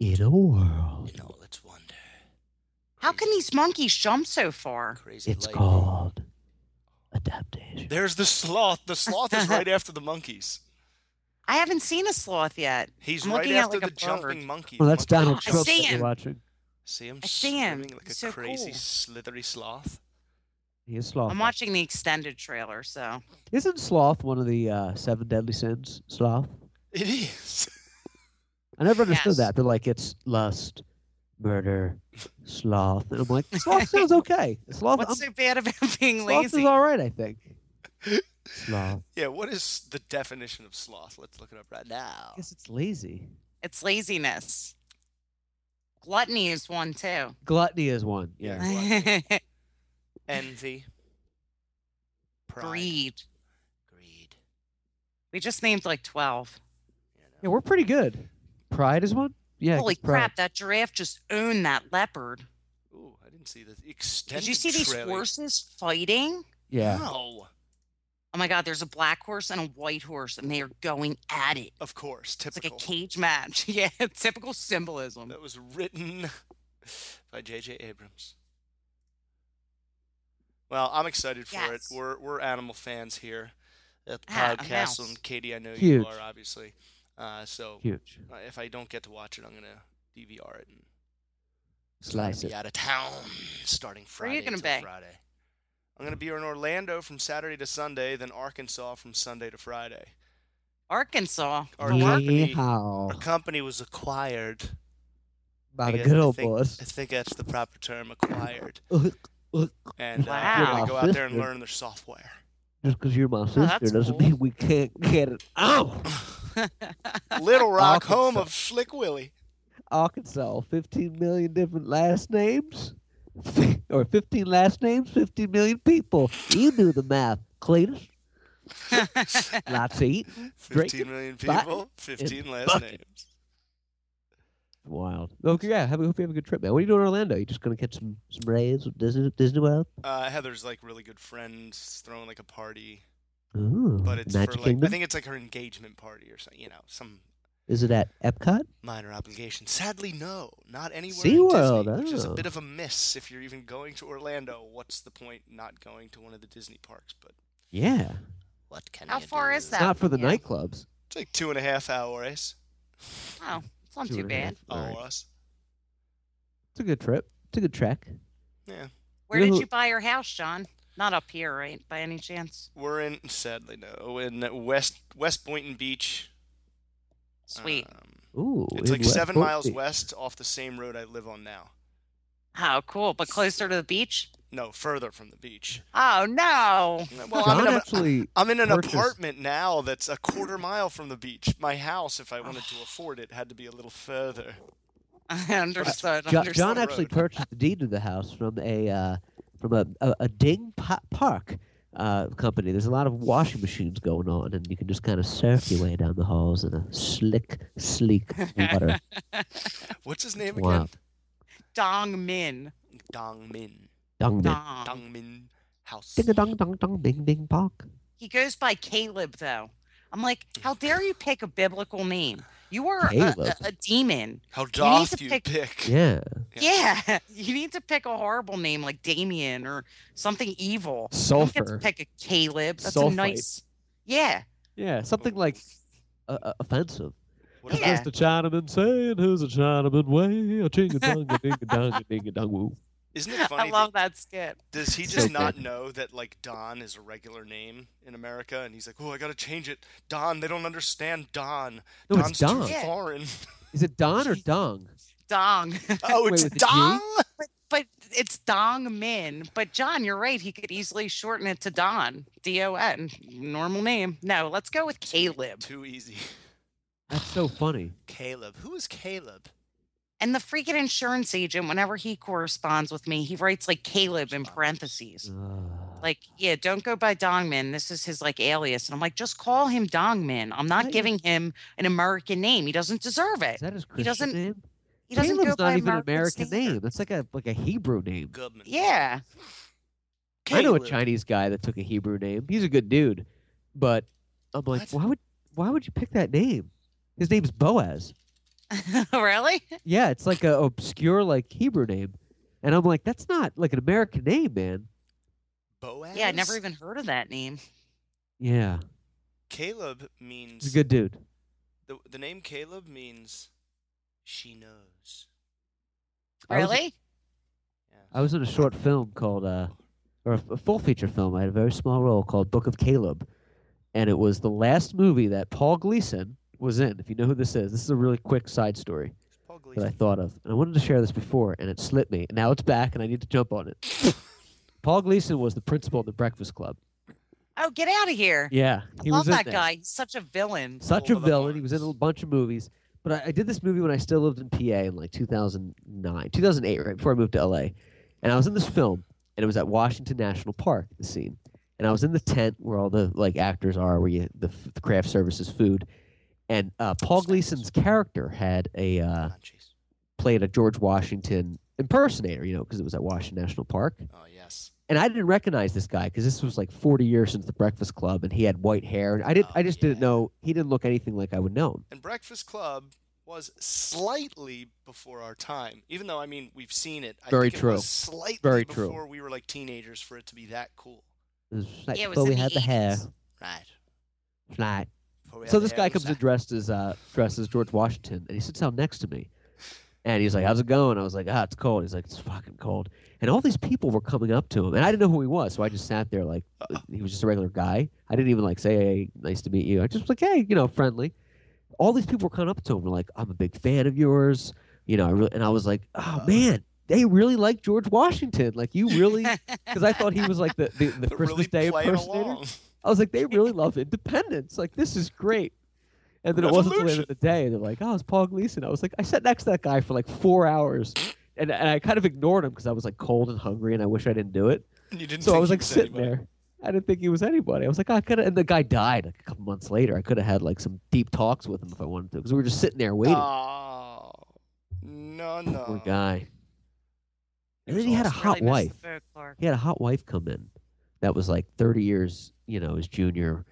in a world.
in all its wonder.
How can these monkeys jump so far?
Crazy
It's
lightning.
called adaptation.
There's the sloth. The sloth is right after the monkeys.
I haven't seen a sloth yet.
He's
I'm
right
looking at
after
like a
the jumping
bird.
monkey.
Well, that's
The monkey-
Donald
I
Trump
see
that
him.
you're watching.
See him
I see him.
swimming like a
It's so
crazy
cool.
slithery sloth.
He is sloth.
I'm watching the extended trailer, so
Isn't sloth one of the uh, seven deadly sins? Sloth.
It is.
I never understood
Yes.
that. They're like it's lust, murder, sloth, and I'm like sloth sounds okay. Sloth, I'm-
what's so bad about being
Oh, sloth is
lazy?
all right, I think. Sloth.
Yeah, what is the definition of sloth? Let's look it up right now.
I guess it's lazy.
It's laziness. Gluttony is one too.
Gluttony is one. Yeah.
Envy. Pride.
Greed.
Greed.
We just named like 12.
Yeah, we're pretty good. Pride is one. Yeah. I
Holy
guess pride.
crap, that giraffe just owned that leopard.
Ooh, I didn't see the extended
Did you see these
trailer.
horses fighting?
Yeah.
No.
Oh my God, there's a black horse and a white horse, and they are going at it.
Of course,
It's like
typical.
a cage match. Yeah, typical symbolism.
That was written by J.J. Abrams. Well, I'm excited for
Yes.
it. We're we're animal fans here at the
Ah, a
podcast,
mouse.
and Katie, I know you
Huge.
are obviously. Uh, so
Huge.
uh, if I don't get to watch it, I'm gonna DVR it and
Slice it.
be out of town starting
Where
Friday.
are you gonna
till
be?
Friday. I'm gonna be in Orlando from Saturday to Sunday, then Arkansas from Sunday to Friday.
Arkansas.
Our company, our
Yeehaw.
company was acquired.
By the
I
good
guess- I
old
think-
boys.
I think that's the proper term, acquired.
Ugh, ugh.
And uh,
Wow.
we're gonna go out there and
Sister.
learn their software.
Just because you're my sister
Oh, that's
doesn't
cool.
mean we can't get it Oh, out.
Little Rock,
Arkansas.
home of Slick Willie.
Arkansas, 15 million different last names, or 15 last names, 15 million people. You do the math, Cletus. Lots to eat. Drake
Fifteen million
Button
people, fifteen last
Bucket.
names.
Wild. Okay, yeah. Have a, hope you have a good trip, man. What are you doing in Orlando? You just gonna catch some some rays with Disney Disney World?
Uh, Heather's like really good friends throwing like a party,
Ooh,
but it's
Magic
for like
Kingdom.
I think it's like her engagement party or something. You know, some
Is it at Epcot?
minor obligation. Sadly, no, not anywhere.
SeaWorld,
in Disney, which is a
oh.
bit of a miss if you're even going to Orlando. What's the point not going to one of the Disney parks? But
Yeah.
what can
How
you
far
do?
is that?
Not for the
from you?
nightclubs.
It's like two and a half hours.
Oh, it's not
Two
too
and a half
bad.
hours.
Hours.
It's a good trip. It's a good trek.
Yeah.
Where
You know
did
who-
you buy your house, John? Not up here, right? By any chance?
We're in, sadly, no, in West West Boynton Beach.
Sweet.
Um,
Ooh.
it's
in
like
West
seven
Boynton
miles
Beach.
west off the same road I live on now.
oh, cool. But closer to the beach?
No, further from the beach.
Oh, no.
Well, I'm
John
in, a,
actually
I'm in an
purchased-
apartment now that's a quarter mile from the beach. My house, if I wanted to afford it, had to be a little further.
I understood.
Jo-
understood.
John
the
actually
road.
purchased the deed to the house from a uh, from a, a, a ding pa- park uh, company. There's a lot of washing machines going on, and you can just kind of surf your way down the halls in a slick, sleek water.
What's his name
Wow.
again?
Dong Min.
Dong Min.
dong ding,
Dong.
Dong Min House.
ding a dong dong dong ding ding park.
He goes by Caleb, though. I'm like, how dare you pick a biblical name? You are a,
Caleb.
a, a demon.
How
You need
doth
to
you
pick-
pick?
Yeah,
Yeah. You need to pick a horrible name like Damien or something evil. You don't get to
Sulfur.
pick a Caleb. That's
Sulfite.
a nice. Yeah.
yeah, something like uh, uh, offensive.
What about-
Yeah.
What's the Chinaman saying? Who's a Chinaman way? A ching a dong a ding a dong a ding a dong woo.
Isn't it funny?
I love that skit.
that- does he
So
just
good.
not know that like Don is a regular name in America, and he's like, "Oh, I gotta change it, Don." They don't understand Don.
No,
Don's
it's dong.
too
Yeah.
foreign.
Is it don or dong?
Dong.
Oh,
Wait,
it's
with a G?
Dong.
but it's Dong Min. But John, you're right. He could easily shorten it to Don. D O N. Normal name. No, let's go with Caleb.
Too easy.
That's so funny.
Caleb. Who is Caleb?
And the freaking insurance agent, whenever he corresponds with me, he writes like Caleb in parentheses.
Uh,
Like, yeah, don't go by Dongmin. This is his like alias. And I'm like, just call him Dongmin. I'm not
Right.
giving him an American name. He doesn't deserve
is
it.
that his Christian
doesn't-
name?
He doesn't
Caleb's
go by
not even an American
standard.
name. That's like a like a Hebrew name.
Goodman.
Yeah.
I know a
Caleb.
Chinese guy that took a Hebrew name. He's a good dude, but I'm like,
What?
why would why would you pick that name? His name's Boaz.
really?
Yeah, it's like a obscure like Hebrew name, and I'm like, that's not like an American name, man.
Boaz.
Yeah, I never even heard of that name.
Yeah,
Caleb
he's a
means
good dude.
the, the name Caleb means she knows.
I was-
Really?
Yeah.
I was in a short film called, uh, or a, a full feature film. I had a very small role called Book of Caleb, and it was the last movie that Paul Gleason was in. If you know who this is, this is a really quick side story
It's Paul
that I
Gleason.
thought of, and I wanted to share this before, and it slipped me. And now it's back, and I need to jump on it. Paul Gleason was the principal of the Breakfast Club.
Oh, get out of here.
Yeah, he
Love
was in
that
there.
guy. He's such a villain.
Such a
Over the
villain. He was in a
Horns.
bunch of movies. But I, I did this movie when I still lived in PA in like 2009, 2008, right before I moved to LA. And I was in this film, and it was at Washington National Park, the scene. And I was in the tent where all the like actors are, where you the, f- the craft services food. And uh, Paul Gleason's character had a uh,
Come on, Chase.
played a George Washington impersonator, you know, because it was at Washington National Park
Oh yes.
and I didn't recognize this guy because this was like 40 years since the Breakfast Club, and he had white hair, and I didn't,
Oh,
I just didn't
yeah.
know he didn't look anything like I would know him.
And Breakfast Club was slightly before our time, even though I mean we've seen it. I
Very
think
true.
It was slightly
Very true.
before we were like teenagers for it to be that cool.
It was like
Yeah, it was
before
in
we
the
had the hair,
80s.
Right.
It's like- So this guy comes in dressed as uh, dressed as George Washington, and he sits down next to me, and he's like, "How's it going?" I was like, "Ah, it's cold." He's like, "It's fucking cold," and all these people were coming up to him, and I didn't know who he was, so I just sat there like uh, he was just a regular guy. I didn't even like say, "Hey, nice to meet you." I just was like, "Hey," you know, friendly. All these people were coming up to him, were like, "I'm a big fan of yours," you know, I really, and I was like,
Uh-huh.
"Oh man." They really like George Washington. Like you really, because I thought he was like the the, the
But
Christmas
really
Day
playing
impersonator.
along.
I was like, they really love independence. Like, this is great. And then it wasn't until the end of the day. They're like, oh, it's Paul Gleason. I was like, I sat next to that guy for like four hours. And, and I kind of ignored him because I was like cold and hungry and I wish I didn't do it.
And you didn't
So I
think
was
he
like sitting
anybody.
there. I didn't think he was anybody. I was like, "Oh, I could have. And the guy died like a couple months later. I could have had like some deep talks with him if I wanted to because we were just sitting there waiting.
Oh no no.
Poor guy.
It
And
was
then he had
Oh.
a
awesome.
hot
Really missed
wife.
the boat, Clark.
he had a hot wife come in that was like 30 years, you know, his junior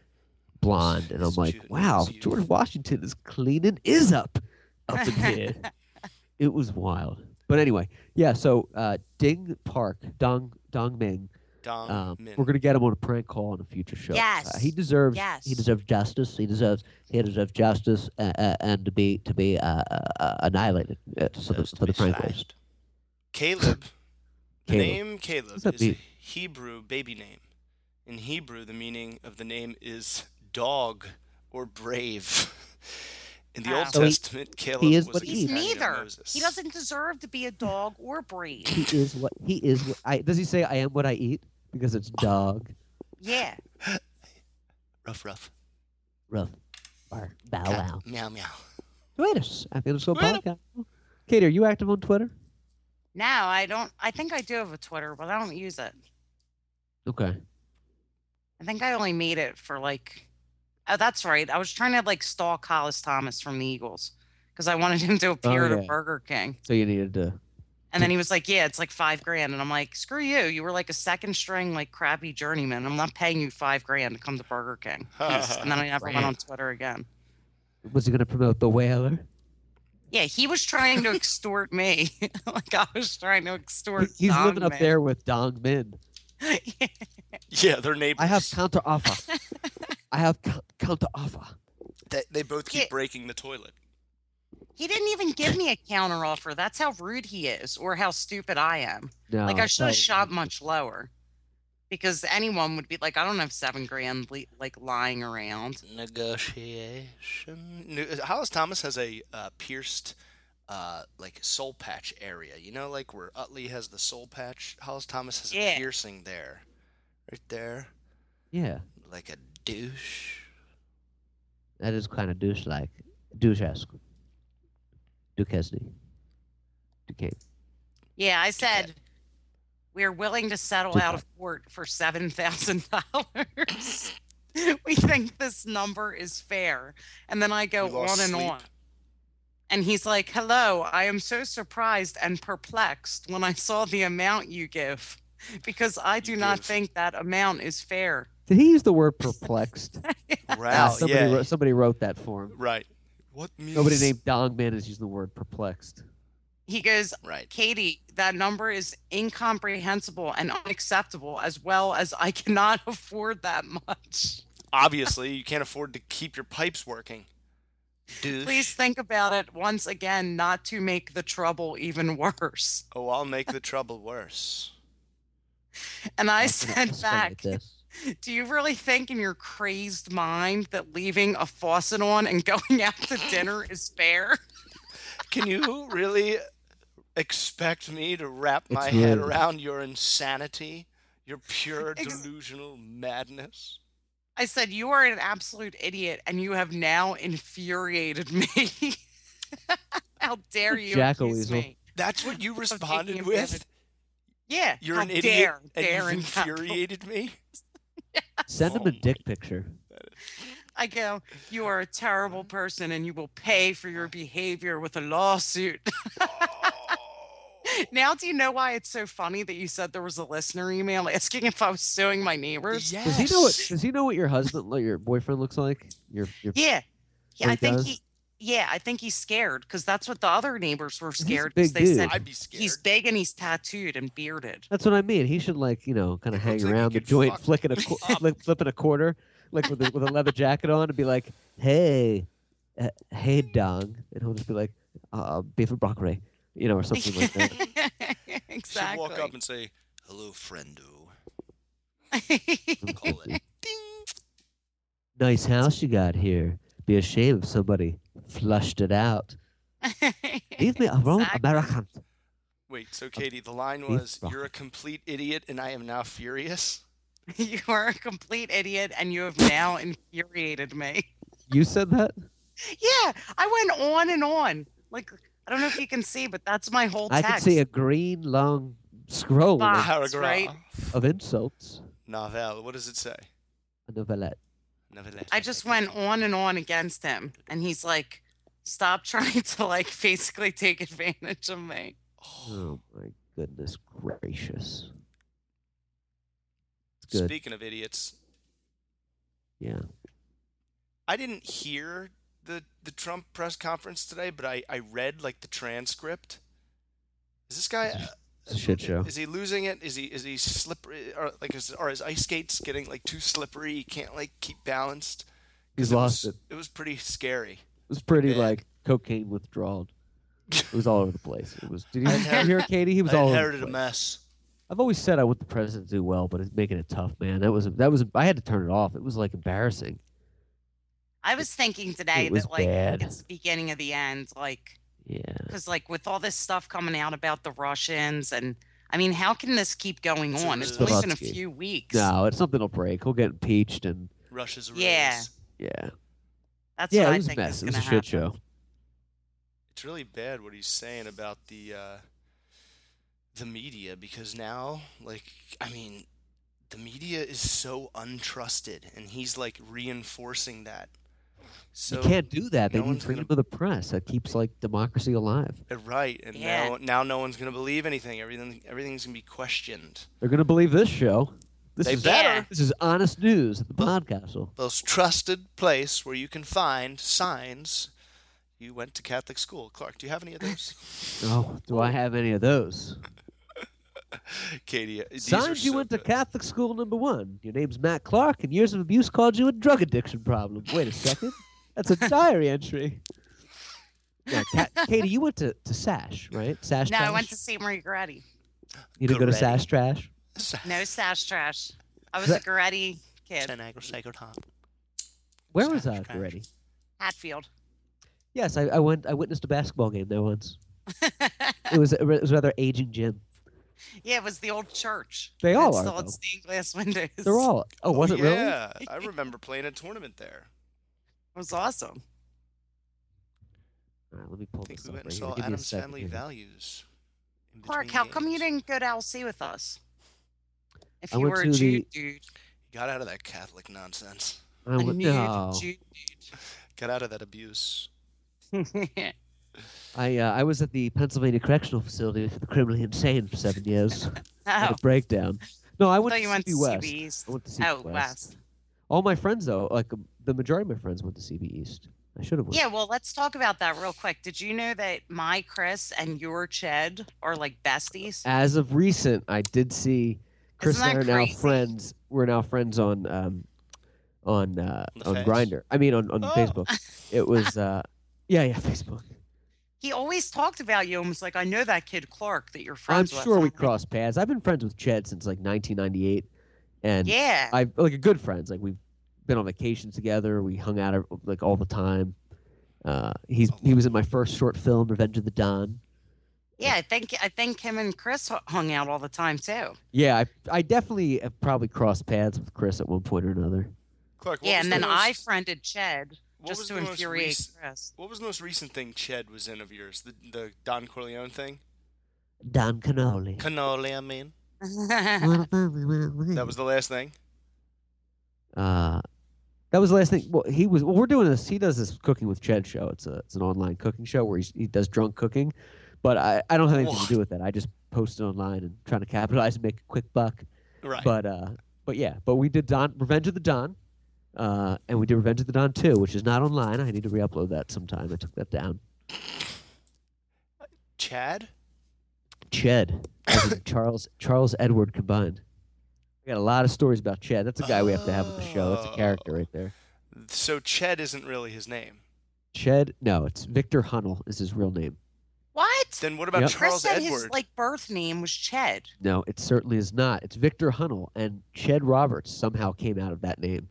blonde. And I'm
His
like,
ju-
wow,
his youth.
George Washington is cleaning is up up in here. it was wild. But anyway, yeah, so uh, Ding Park, Dong Dong Ming,
Dong
um,
Min.
we're gonna get him on a prank call on a future show. Uh,
Yes.
he deserves
Yes.
he deserves justice. He deserves he deserves justice uh, uh, and to be to be uh, uh, uh, annihilated uh, for the,
Deserves to
for the
be
prank calls.
sliced. Caleb. The
Caleb.
name Caleb
What's
is
that
a
mean?
Hebrew baby name. In Hebrew, the meaning of the name is dog or brave. In the
Ah.
Old
So
he-
Testament, Caleb
is
was
what
a
he is.
He's
companion of
neither.
Moses.
He doesn't deserve to be a dog or breed.
He is what he is. What I, does he say I am what I eat? Because it's dog.
Yeah.
Rough, rough.
rough or bow wow.
Meow, meow.
Tweet us at the underscore
Tweet 'em.
podcast. Katie, are you active on Twitter?
Now I don't. I think I do have a Twitter, but I don't use it.
Okay.
I think I only made it for like. Oh, that's right. I was trying to like stalk Hollis Thomas from the Eagles because I wanted him to appear at
Oh, yeah.
a Burger King.
So you needed to.
And then he was like, "Yeah, it's like five grand." And I'm like, "Screw you! You were like a second string, like crappy journeyman. I'm not paying you five grand to come to Burger King." Peace. and then I never went on Twitter again.
Was he going to promote the whaler?
Yeah, he was trying to extort me, like I was trying to extort.
He- He's living
Dong
up there with Dong Min.
Man.
Yeah, they're neighbors.
I have counter offer. I have co- counter offer.
They, they both keep
Yeah.
breaking the toilet.
he didn't even give me a counter offer. That's how rude he is, or how stupid I am.
No,
Oh,
like I should
no.
have shot much lower, because anyone would be like, "I don't have seven grand, li- like lying around."
Negotiation. Ne- Hollis Thomas has a uh, pierced, uh, like soul patch area. You know, like where Utley has the soul patch. Hollis Thomas has
Yeah.
a piercing there, right there,
Yeah,
like a douche.
that is kind of douche like. Douche esque. Duquesne. Duquesne.
Yeah, I said we are willing to settle out of court for seven thousand dollars. we think this number is fair, and then I go
You lost
on and
sleep.
on. And he's like, "Hello, I am so surprised and perplexed when I saw the amount you give, because I do not
give.
think that amount is fair.
Did he use the word perplexed?
Wow.
somebody,
yeah.
wrote, somebody wrote that for him.
Right. What means?
Nobody named Dong Man is using the word perplexed.
He goes,
Right.
Katie, that number is incomprehensible and unacceptable, as well as I cannot afford that much.
Obviously, you can't afford to keep your pipes working. Douche.
Please think about it once again, not to make the trouble even worse.
Oh, I'll make the trouble worse.
And I
That's an
said
episode
back,
like this.
Do you really think in your crazed mind that leaving a faucet on and going out to dinner is fair?
Can you really expect me to wrap
It's
my head
rude.
around your insanity, your pure
Ex-
delusional madness?
I said, You are an absolute idiot, and you have now infuriated me. How dare you accuse
jackal-weasel.
me?
That's what you
taking
responded
him
with.
Yeah.
You're
how
an idiot,
dare
and
Darren
you've
Campbell.
infuriated me.
Send him
Oh
a dick picture.
I go, you are a terrible person and you will pay for your behavior with a lawsuit. now, do you know why it's so funny that you said there was a listener email asking if I was suing my neighbors?
Yes.
Does he know what? Does he know what your husband, like, your boyfriend looks like? Your, your
Yeah. Yeah,
Or
I think
does?
he. Yeah, I think he's scared because that's what the other neighbors were
a
scared because
big
they said
dude.
I'd be scared.
he's big and he's tattooed and bearded.
That's what I mean. He should like you know kind of
It
hang
looks like he
around the
could
joint,
fuck
flicking a qu- flick, flipping a quarter, like with a, with a leather jacket on, and be like, "Hey, uh, hey, Dong," and he'll just be like, uh, "Beef and broccoli," you know, or something like that.
Should
exactly.
walk up and say, "Hello, friendo." Call it. Ding.
nice house you got here. Be ashamed if somebody flushed it out. Leave me alone,
Exactly.
American.
Wait, so Katie, the line
beef
was, "You're a complete idiot, and I am now furious."
You are a complete idiot and you have now infuriated me.
You said that.
Yeah, I went on and on. Like, I don't know if you can see, but that's my whole
I
text.
can see a green long scroll
Bah.
of,
That's
Paragraph.
right.
of insults.
Novel. What does it say?
A novelette.
Novelette.
I just went on and on against him. And he's like, stop trying to, like, basically take advantage of me.
Oh my goodness gracious. It's good.
Speaking of idiots,
yeah.
I didn't hear the the Trump press conference today, but I I read like the transcript. Is this guy? uh,
It's a shit show.
Is he losing it? Is he is he slippery? Or like is, are his ice skates getting like too slippery? He can't like keep balanced. 'Cause
He's lost
was,
it.
It was pretty scary.
It was pretty
bad.
like cocaine withdrawal. It was all over the place. It was. Did you
inher-
hear Katie? He was
I
all over
inherited
the
a
place.
mess.
I've always said I want the president to do well, but it's making it tough, man. That was that was I had to turn it off. It was like embarrassing.
I was thinking today
It was
that, like,
bad.
it's the beginning of the end. Like,
Yeah.
because, like, with all this stuff coming out about the Russians and. I mean, how can this keep going
It's a
on? It's
little-
only been a
Slutsky.
few weeks.
No, it's something will break. He'll get impeached and
Russia's a
Yeah.
race.
yeah.
That's
yeah,
what
it
I
was a
think
mess.
is
It
going
was
to
a
happen.
shit show.
It's really bad what he's saying about the uh, the media because now, like, I mean, the media is so untrusted, and he's like reinforcing that. So
you can't do that. They
no
need
one's
freedom
gonna-
of the press. That keeps like democracy alive.
Uh, right, and
Yeah.
now now no one's gonna believe anything. Everything everything's gonna be questioned.
They're gonna believe this show. This
They
is
better.
this is honest news at the
Well-
Podcastle.
Most trusted place where you can find signs. You went to Catholic school, Clark. Do you have any of those?
Oh, do I have any of those?
Katie, uh, these are
Signs you
so
went to
good.
Catholic school number one. Your name's Matt Clark, and years of abuse caused you a drug addiction problem. Wait a second. That's a diary entry. Yeah, Ka- Katie, you went to, to Sash, right? Sash
No,
Trash?
I went to St. Marie Goretti.
You didn't go to
Goretti.
Sash Trash?
No sash trash. I was a Goretti kid.
Niagara Sacred Heart.
Where was uh, I
Sash Trash.
already?
Hatfield.
Yes, I, I went. I witnessed a basketball game there once. It was, a, it was a rather aging gym.
yeah, it was the old church.
They
And
all
it
are,
Still had
though.
stained glass windows.
They're all. Oh, was
Oh,
it really?
yeah, I remember playing a tournament there.
It was awesome.
All right, let me pull
I think
this
we
up
went and
right here.
saw
Give me a
Adam's
second
Family
here.
Values. in
Clark,
between
how come you
games.
didn't go to LC with us? If
I
you
went
were a
to
Jew
the-
dude,
Got out of that Catholic nonsense.
I
a
went- oh.
nude
no.
Jew
Got out of that abuse.
dude.
I uh, I was at the Pennsylvania Correctional Facility for the criminally insane for seven years. I
oh,
had a breakdown. No, I went
thought
to
you went
CB
to
West.
CB's.
I went to CB
Oh,
West.
West.
All my friends though, like the majority of my friends went to CB East. I should have went.
Yeah, well, let's talk about that real quick. Did you know that my Chris and your Ched are like besties?
As of recent, I did see Chris
Isn't
and I are
that
now
crazy?
friends. We're now friends on um, on uh,
On the
on
face?
Grinder. I mean on on
Oh.
Facebook. It was uh, yeah yeah Facebook.
He always talked about you and was like, I know that kid Clark that you're
I'm
friends with.
sure we
I'm like,
crossed paths. I've been friends with Chad since like 1998, and
Yeah.
I like a good friends. Like we've been on vacation together. We hung out like all the time. Uh, he's he was in my first short film, Revenge of the Don.
yeah, I think I think him and Chris hu- hung out all the time too.
Yeah, I I definitely have probably crossed paths with Chris at one point or another.
Clark, what
yeah,
was
and
the
then
most,
I friended Ched
what was
just to
the most
infuriate
recent-
Chris.
What was the most recent thing Ched was in of yours? The the Don Corleone thing?
Don Canoli.
Cannoli, I mean. That was the last thing?
Uh, that was the last thing. Well, he was. Well, we're doing this. He does this cooking with Chad show. It's a it's an online cooking show where he's, he does drunk cooking, but I, I don't have anything
What?
to do with that. I just post it online and trying to capitalize and make a quick buck.
Right.
But uh, but yeah, but we did Don Revenge of the Don, uh, and we did Revenge of the Don too, which is not online. I need to re-upload that sometime. I took that down.
Chad?
Chad, as in Charles Charles Edward combined. We got a lot of stories about Chad. That's a guy we have to have on the show. That's a character right there.
So Ched isn't really his name.
Ched, no, it's Victor Hunnell is his real name.
What?
Then what about
Yep.
Chris
Charles
said
Edward?
his like birth name was Ched.
No, it certainly is not. It's Victor Hunnell, and Ched Roberts somehow came out of that name.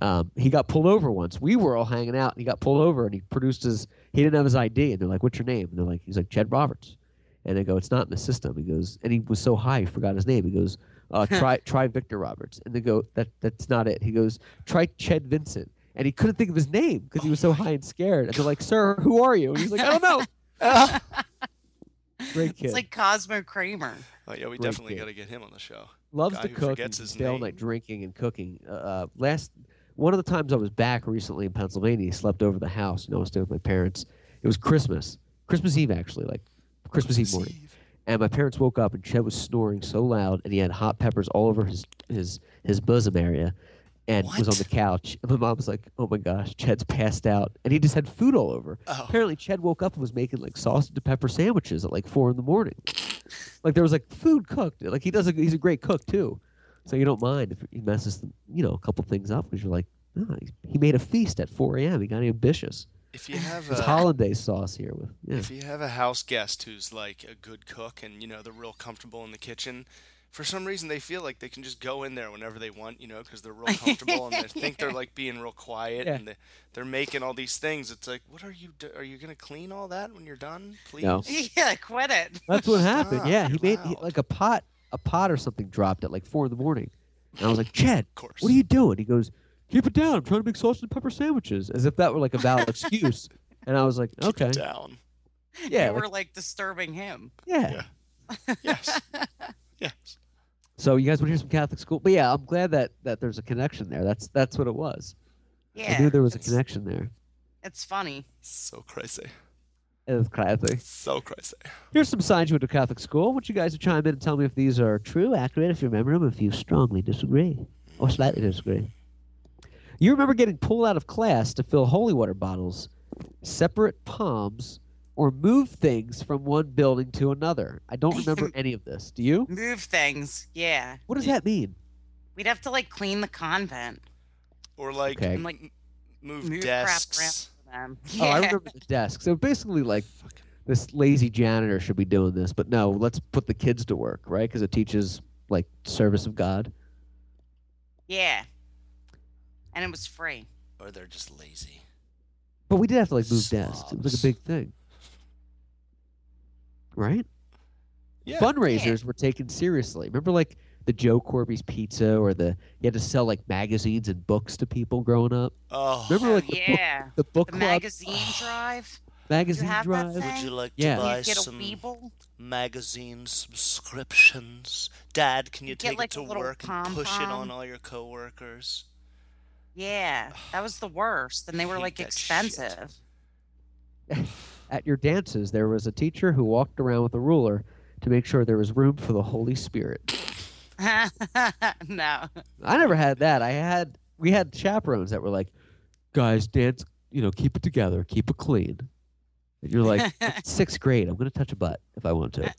Um, he got pulled over once. We were all hanging out, and he got pulled over, and he produced his. He didn't have his ID, and they're like, "What's your name?" And they're like, "He's like Ched Roberts," and they go, "It's not in the system." He goes, and he was so high he forgot his name. He goes, uh, "Try try Victor Roberts," and they go, "That that's not it." He goes, "Try Ched Vincent," and he couldn't think of his name because he was so high and scared. And they're like, "Sir, who are you?" And he's like, "I don't know." Great kid.
It's like Cosmo Kramer.
oh yeah, we
Great
definitely
kid.
got to get him on the show.
loves
guy
to
who
cook and
forgets his
stay all
name.
night drinking and cooking. Uh, Uh, last one of the times I was back recently in Pennsylvania, he slept over the house. You know, I was staying with my parents. It was Christmas, Christmas Eve actually, like Christmas, Eve morning. And my parents woke up and Chet was snoring so loud, and he had hot peppers all over his his his bosom area, and was on the couch. And my mom was like, "Oh my gosh, Chet's passed out," and he just had food all over.
Oh.
Apparently, Chet woke up and was making like sausage and pepper sandwiches at like four in the morning. like there was like food cooked. Like he does, a, he's a great cook too, so you don't mind if he messes you know a couple things up because you're like, "Nah, he, he made a feast at 4 a.m. He got ambitious.
If you have
It's
a
hollandaise sauce here with yeah.
if you have a house guest who's like a good cook and you know they're real comfortable in the kitchen, for some reason they feel like they can just go in there whenever they want, you know, because they're real comfortable and they think they're like being real quiet
Yeah.
and they, they're making all these things. It's like, what are you? Do- are you gonna clean all that when you're done? Please.
No.
Yeah, quit it.
That's what happened.
Stop,
Yeah, he
you're
made he,
loud.
like a pot, a pot or something dropped at like four in the morning, and I was like, "Chad,
Of course.
what are you doing?" He goes, "Keep it down. I'm trying to make sausage and pepper sandwiches," as if that were like a valid excuse. And I was like, "Okay,
down?
yeah,
you
like,
were like disturbing him.
yeah."
yeah. Yes. yes.
So you guys want to hear some Catholic school? But yeah, I'm glad that that there's a connection there. That's that's what it was.
Yeah,
I knew there was a
it's-
connection there.
It's funny.
So crazy.
It was Catholic.
So crazy.
Here's some signs you went to Catholic school. I want you guys to chime in and tell me if these are true, accurate, if you remember them, if you strongly disagree or slightly disagree. You remember getting pulled out of class to fill holy water bottles, separate palms, or move things from one building to another. I don't remember any of this. Do you?
Move things. Yeah.
What does that mean?
We'd have to like clean the convent
Or like
Okay.
and like
move,
move
desks.
crap around for them.
Oh, I
Yeah.
remember the desk. So basically, like this lazy janitor should be doing this, but no, let's put the kids to work, right? Because it teaches like service of God.
yeah. And it was free.
Or they're just lazy.
But we did have to like move desks. It was like a
Slobs.
big thing, right?
Yeah.
Fundraisers were taken seriously. Remember, like the Joe Corby's Pizza, or the you had to sell like magazines and books to people growing up.
Oh.
Remember, like the book,
yeah.
the book
The
club,
magazine drive.
magazine
have that
drive.
thing? Would you
like
to Yeah.
You get a Weeble.
magazine subscriptions? Dad, can you,
get, take it like, to a little work and push it on pom-pom.
all your coworkers?
Yeah. That was the worst. And they were
hate
like
that
expensive.
At your dances, there was a teacher who walked around with a ruler to make sure there was room for the Holy Spirit.
no.
I never had that. I had we had chaperones that were like, guys, dance, you know, keep it together, keep it clean. And you're like, "It's sixth grade, I'm gonna touch a butt if I want to.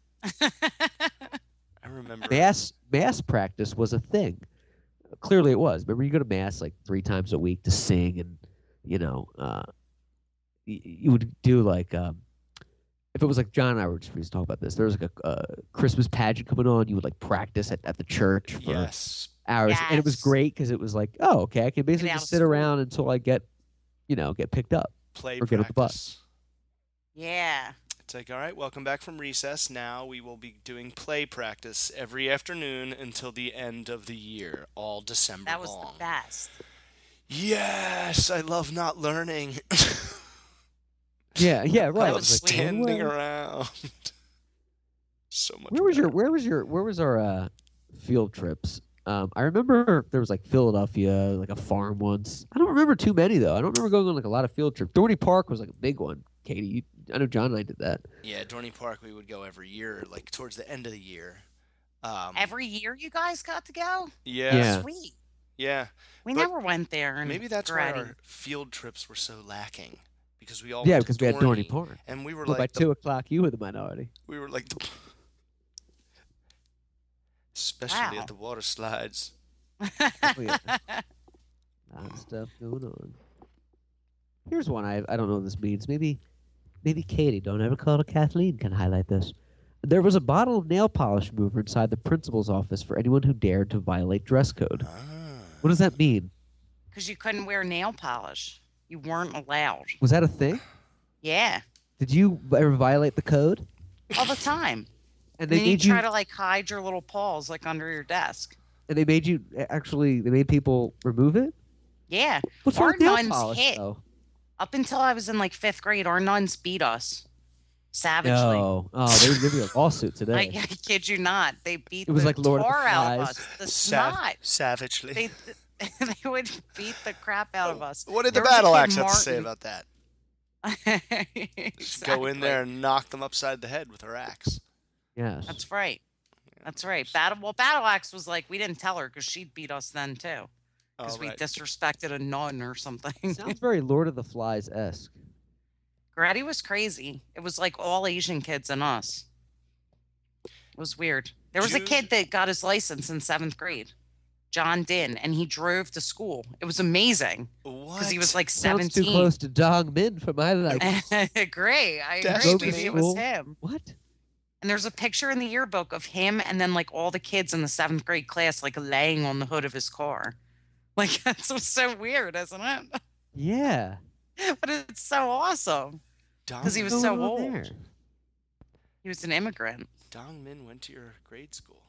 I remember.
Mass mass practice was a thing. Clearly, it was. Remember, you go to mass like three times a week to sing, and you know, uh, y- you would do like um, if it was like John and I were just we used to talk about this. There was like a uh, Christmas pageant coming on. You would like practice at, at the church for
Yes.
hours, and it was
Yes.
great because it was like, oh, okay, I can basically
out
just
of
sit
school.
around until I get, you know, get picked up.
Play
Or get on the
practice.
yeah.
It's like, all right, welcome back from recess. Now we will be doing play practice every afternoon until the end of the year, all December
That was
long.
the best.
Yes, I love not learning.
Yeah, yeah,
I
right.
love
was like,
standing
where-
around. so much.
Where was your
better.
where was your where was our uh, field trips? Um, I remember there was like Philadelphia, like a farm once. I don't remember too many though. I don't remember going on like a lot of field trips. Doherty Park was like a big one. Katie, you, I know John and I did that.
Yeah, Dorney Park. We would go every year, like towards the end of the year. Um,
Every year you guys got to go?
yeah,
Yeah.
yeah,
Sweet. We
But
never went there. in
Maybe that's why
Goretti.
our field trips were so lacking because we all
yeah,
went to
because we had Doherty Park.
and we were
But by
like the-
two o'clock, you were the minority.
we were like the, especially
Wow.
at the water slides.
Oh, yeah. Lot of stuff going on. Here's one I I don't know what this means. Maybe maybe Katie, don't ever call to Kathleen, can highlight this. There was a bottle of nail polish remover inside the principal's office for anyone who dared to violate dress code. What does that mean?
Because you couldn't wear nail polish. You weren't allowed.
Was that a thing?
Yeah.
Did you ever violate the code?
All the time.
And they
They then you
made you.
try to like hide your little paws like under your desk.
and they made you eh, actually. They made people remove it.
Yeah.
What's
Our
wrong with nail
nuns
polish
hit
though?
Up until I was in like fifth grade, our nuns beat us savagely.
No. Oh, they would give you a lawsuit
I, I
today.
kid you not. They beat
It was
the
like Lord of the
tar out of
Flies.
us. The
Sav-
snot.
savagely.
They, they would beat the crap out of us.
what did the
There was a
battle
kid,
axe have to say
Martin-
about that? Just
exactly.
go in there and knock them upside the head with her axe.
yes.
That's right. That's right. Battle. Well, Battle Axe was like we didn't tell her because she'd beat us then too because
All
we
right.
disrespected a nun or something.
Sounds very Lord of the Flies esque.
Goretti was crazy. It was like all Asian kids and us. It was weird. There was a
Dude.
kid that got his license in seventh grade, John Din, and he drove to school. It was amazing
what?
because he was like
Sounds too
seventeen.
close to Dong Min for my liking.
Great, I
That's
agree. Maybe it was
amazing.
him.
what?
And there's a picture in the yearbook of him and then like all the kids in the seventh grade class like laying on the hood of his car. Like that's what's so weird, isn't it?
Yeah.
But it's so awesome.
Dong,
because he was
What's
so
going on
old.
there?
He was an immigrant.
Dong Min went to your grade school.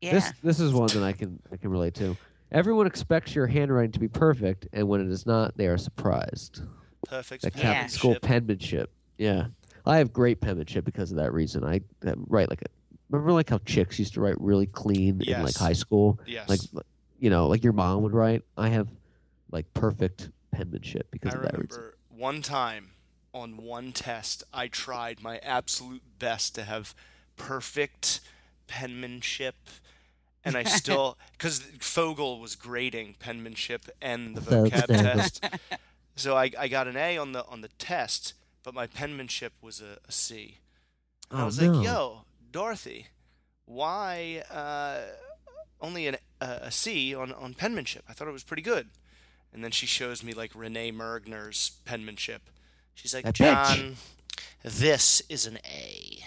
Yeah.
This this is one that I can I can relate to. Everyone expects your handwriting to be perfect, and when it is not, they are surprised.
Perfect.
That Catholic
Yeah.
school
penmanship.
penmanship. Yeah, I have great penmanship because of that reason. I, I write like a. Remember, like how chicks used to write really clean in like
Yes.
high school.
Yes.
Like, like, you know, like your mom would write. I have like perfect penmanship because
I
of that reason.
remember one time on one test, I tried my absolute best to have perfect penmanship, and I still because Fogel was grading penmanship and the
Fogel.
vocab test, so I, I got an A on the on the test, but my penmanship was a, a C. And I
Oh,
was
no.
like, "Yo, Dorothy, why uh, only an, uh, a C on on penmanship? I thought it was pretty good." And then she shows me like Renee Mergner's penmanship. She's like,
That bitch.
John, this is an A.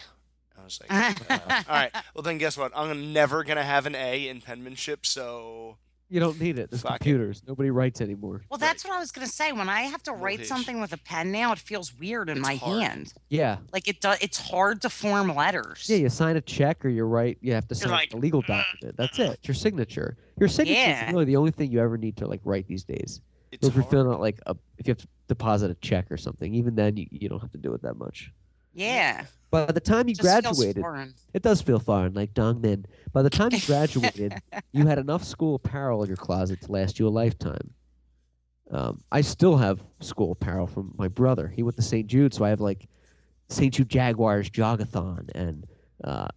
I was like, "Uh, all right. Well, then guess what? I'm never gonna have an A in penmanship. So
You don't need it. There's
Fuck it.
computers. Nobody writes anymore.
well, that's what I was gonna say. When I have to write
Voltage.
something with a pen now, it feels weird in my
hard.
hand.
Yeah.
Like it does. It's hard to form letters.
Yeah, you sign a check or you write. You have to sign
like, "Mm,
a legal document. That's it. It's your signature. Your signature
Yeah.
is really the only thing you ever need to like write these days.
it's
If you're
hard.
filling out like a, if you have to deposit a check or something, even then you, you don't have to do it that much.
Yeah.
By the time you
Just feels
graduated,
foreign.
it does feel foreign, like Dong Min. By the time you graduated, you had enough school apparel in your closet to last you a lifetime. Um, I still have school apparel from my brother. He went to St. Jude, so I have like St. Jude Jaguars jogathon and uh,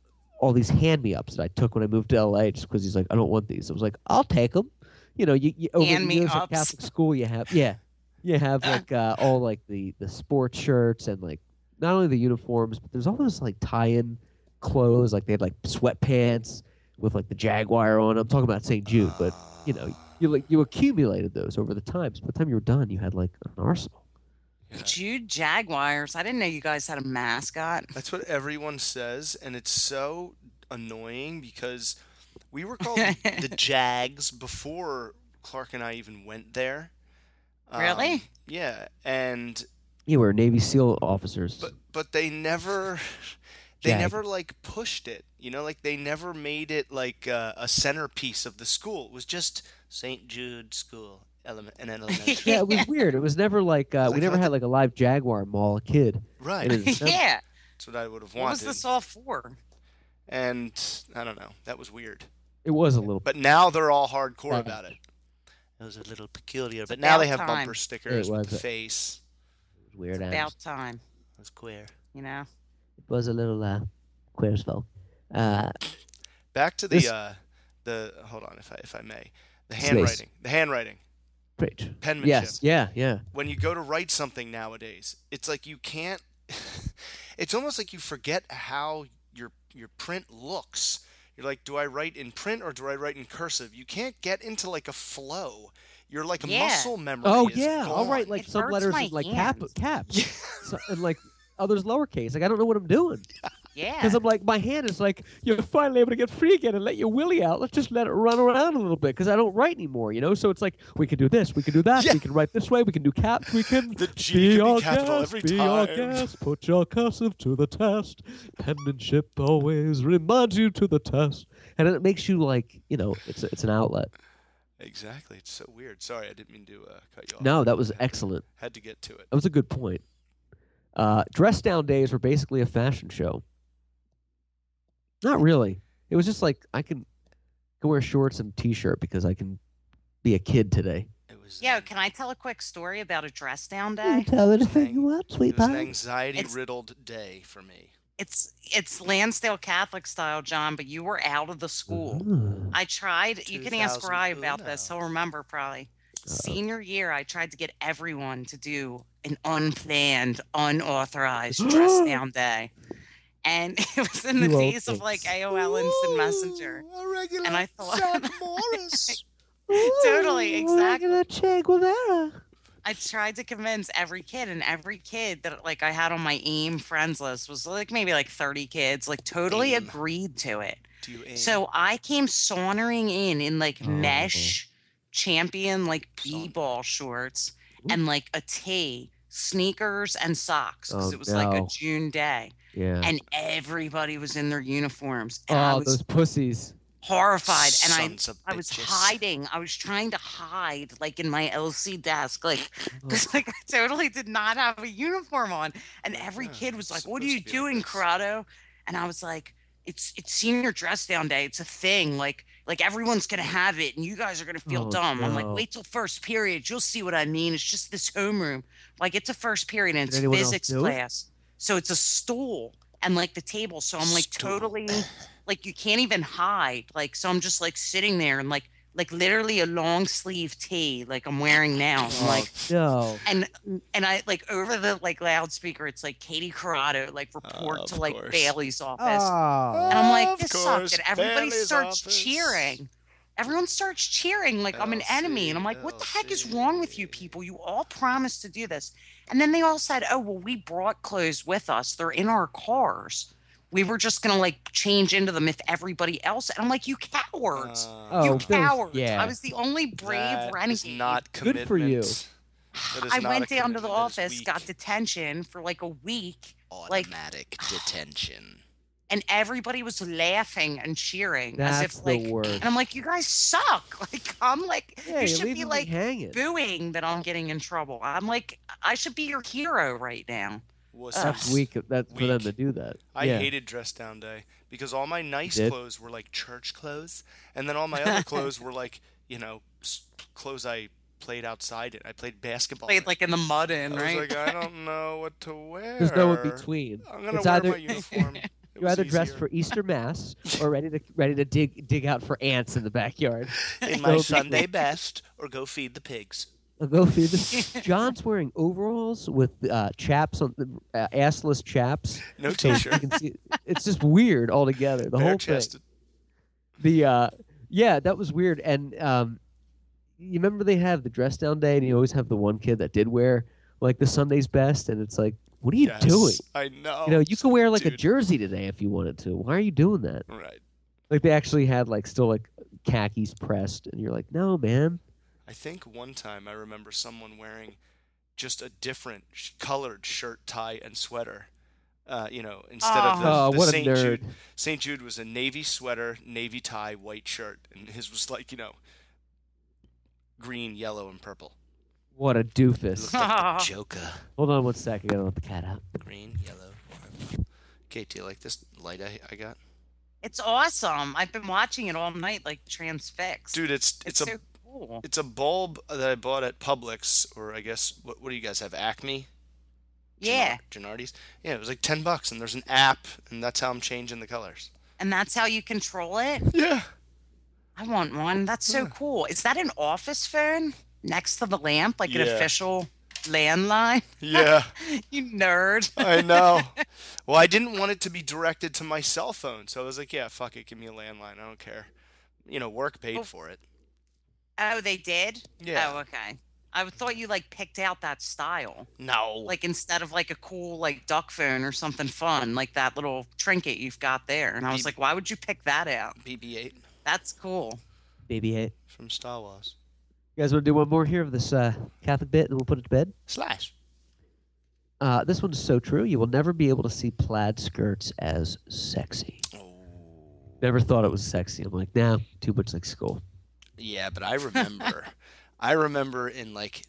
all these hand me ups that I took when I moved to LA just because he's like, I don't want these. I was like, I'll take them. you know, you, you over
Hand
the
me
years at
ups.
Catholic school, you have yeah, you have like uh, all like the the sports shirts and like not only the uniforms, but there's all those like tie-in clothes. Like they had like sweatpants with like the jaguar on. I'm talking about St. Jude, but you know, you like you accumulated those over the times. By the time you were done, you had like an arsenal.
Jude Jaguars. I didn't know you guys had a mascot.
That's what everyone says, and it's so annoying because we were called the- the Jags before Clark and I even went there. Um,
Really?
Yeah, and
You were Navy SEAL officers.
but but they never they
Jag.
never like pushed it. You know, like they never made it like uh, a centerpiece of the school. It was just St. Jude School element and elementary.
yeah, it was weird. It was never like uh,
Like,
we never
I
had like a live jaguar mall kid.
right.
It is.
yeah.
That's what I would have
What was
wanted.
this all for?
And I don't know. That was weird.
It was a little bit.
But now they're all hardcore
Yeah.
about it. It was a little peculiar, but
about
now they have
time.
bumper stickers
It
with
was
the
a-
face.
weird. Adams.
About time,
It was queer.
you know.
It was a little uh, queer as fuck. Uh,
Back to the
This-
uh, the hold on if I if I may, the handwriting, the handwriting,
great.
penmanship.
Yes. Yeah. Yeah.
When you go to write something nowadays, it's like you can't. it's almost like you forget how your your print looks. You're like, do I write in print or do I write in cursive? You can't get into like a flow. You're like
Yeah.
muscle memory.
Oh
is
yeah. All
gone.
right. Like
It
some
hurts
letters
my
is like cap,
hands.
caps,
Yeah.
so, and like others lowercase. Like I don't know what I'm doing
Yeah.
because I'm like my hand is like you're finally able to get free again and let your willy out. Let's just let it run around a little bit because I don't write anymore. You know. So it's like we can do this, we can do that,
Yeah.
we can write this way, we can do caps, we can
The G can
all
be capital
gas,
every
be all
time.
gas, put your cursive to the test. Penmanship always reminds you to the test.
and it makes you like you know it's a, it's an outlet.
Exactly. It's so weird. Sorry, I didn't mean to uh, cut you off.
No, that was excellent.
Had to get to it.
That was a good point. Uh, dress down days were basically a fashion show. Not really. It was just like I can, can wear shorts and a t-shirt because I can be a kid today.
It was. uh,
Yo,
an-
can I tell a quick story about a dress down day?
tell
anything you
want,
It was an anxiety-riddled day for me.
It's it's Lansdale Catholic style, John, but you were out of the
Mm-hmm.
school.
Ah.
I tried. You can ask Rye about this.
2001.
He'll remember probably.
Uh,
Senior year, I tried to get everyone to do an unplanned, unauthorized dress down day, and it was in the
You
days of
old
like
folks.
AOL Instant Messenger.
Ooh, a regular
And I thought-
Zach Morris.
Totally, exactly.
Che Guevara.
I tried to convince every kid, and every kid that like I had on my AIM friends list was like maybe like 30 kids, like totally
AIM.
agreed to it.
Do you aim?
So I came sauntering in in like
Oh.
mesh champion, like b
Saunter.
ball shorts and like a tee, sneakers and socks because
Oh,
it was like a
no.
June day.
Yeah.
And everybody was in their uniforms. And I
oh,
was
those pussies.
horrified. And I.
Sons of
I was
bitches. Uh,
hiding. I was trying to hide, like in my LC desk, like because like I totally did not have a uniform on, and every
Yeah,
kid was
it's
like, "What are
supposed
you
to be like
doing,
this."
Corrado?" And I was like, "It's it's senior dress down day. It's a thing. Like like everyone's gonna have it, and you guys are gonna feel
Oh,
dumb." I'm like,
no.
"Wait till first period. You'll see what I mean. It's just this homeroom. Like it's a first period, and
Did
it's
anyone else
physics
do it?
class, so it's a stool and like the table. So I'm like
Stool.
totally." like you can't even hide. Like so I'm just like sitting there and like like literally a long sleeve tee like I'm wearing now.
Oh.
I'm like
No.
and and I like over the like loudspeaker it's like Katie Corrado like report
Oh, Of
to like
course.
Bailey's office.
Oh.
and I'm
Of
like this
course,
sucks and everybody
Bailey's
starts
office.
cheering. Everyone starts cheering like I'm an enemy and I'm like what the heck is wrong with you
LC.
people? You all promised to do this. And then they all said, "Oh, well we brought clothes with us. They're in our cars." We were just gonna like change into them if everybody else. And I'm like, you cowards!
Uh,
Oh,
You
those-
cowards.
yeah.
I was the only brave
that is
renegade.
not
Good for you.
commitment. That is
I
not
went
a
down to the
commitment. That is
office, got
weak.
detention for like a week, like-
automatic detention.
and everybody was laughing and cheering as
That's
if like.
the worst.
And I'm like, you guys suck. Like I'm like,
yeah,
you
you're
should be
leaving me
like
hanging.
booing that I'm getting in trouble. I'm like, I should be your hero right now.
Was
That's weak. That's for them
Weak.
to do that.
I
yeah.
hated dress down day because all my nice
did?
clothes were like church clothes, and then all my other clothes were like you know s- clothes I played outside in. I played basketball.
Played
in.
like in the mud in,
I was
right?
like, I don't know what to wear.
There's no in between.
I'm gonna
It's
wear
either-
my uniform. Oh, It It
You're
was
either dressed
easier.
for Easter Mass or ready to ready to dig dig out for ants in the backyard.
in
Go
my
feed-
Sunday best or go feed the pigs.
Go feed the. John's wearing overalls with uh, chaps on uh, assless chaps.
No
So you
t-shirt.
can see- it's just weird altogether. The whole thing.
Bare-chested.
the uh yeah that was weird and um you remember they have the dress down day and you always have the one kid that did wear like the sunday's best and it's like what are you
Yes,
doing
I know.
you know you can wear like a
dude.
jersey today if you wanted to why are you doing that
Right.
like they actually had like still like khakis pressed and you're like no man
I think one time I remember someone wearing just a different sh- colored shirt, tie, and sweater. Uh, you know, instead of the,
Oh,
the
what a
St.
nerd.
Jude, St. Jude was a navy sweater, navy tie, white shirt, and his was like you know, green, yellow, and purple.
what a
It looked
doofus
like
Ah.
the Joker.
hold on one sec i gotta let the cat out
Green, yellow, purple. Kate, do you like this light I, I got?
It's awesome. I've been watching it all night, like transfixed.
Dude, it's it's
it's,
a
so cool.
it's a bulb that I bought at Publix, or I guess what what do you guys have? Acme.
Yeah,
Gennard- Gennardi's. Yeah, it was like ten bucks, and there's an app, and that's how I'm changing the colors.
and that's how you control it.
Yeah.
I want one. That's so cool. Is that an office phone next to the lamp, like an
Yeah.
official landline?
Yeah,
you nerd.
I know. Well, I didn't want it to be directed to my cell phone, so I was like, yeah, fuck it, give me a landline. I don't care. You know, work paid for it.
Oh, they did.
Yeah.
Oh, okay. I thought you like picked out that style,
No.
like instead of like a cool like duck phone or something fun, like that little trinket you've got there. And I was
Beep.
like, why would you pick that out?
BB-8
That's cool.
baby hey
from Star Wars.
you guys want to do one more here of this uh catholic bit and we'll put it to bed
Slash.
Uh, this one's so true. You will never be able to see plaid skirts as sexy.
Oh.
Never thought it was sexy. I'm like, nah, too much like school.
Yeah, but I remember, I remember in like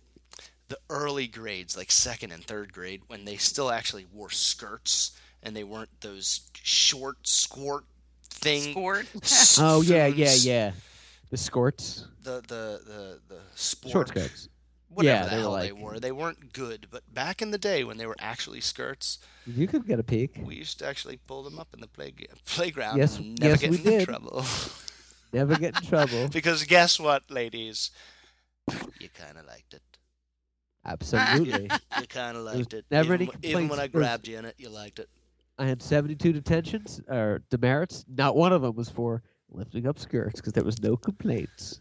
the early grades, like second and third grade, when they still actually wore skirts and they weren't those short squirt thing.
Scored.
s-
Oh yeah, yeah,
things,
yeah. The skorts,
The the the the sport.
short skirts.
Whatever
Yeah,
the
they were
hell they
like-
were, they weren't good. But back in the day, when they were actually skirts,
You could get a peek.
we used to actually pull them up in the play- playground
Yes-
and never
yes,
get
we
into
did.
trouble.
Never get in trouble.
because guess what, ladies, you kind of liked it.
Absolutely.
You kind of liked it.
never
even,
any
wh- even when
complaints.
I
It was-
grabbed you in it, you liked it.
I had 72 detentions or demerits. Not one of them was for lifting up skirts because there was no complaints.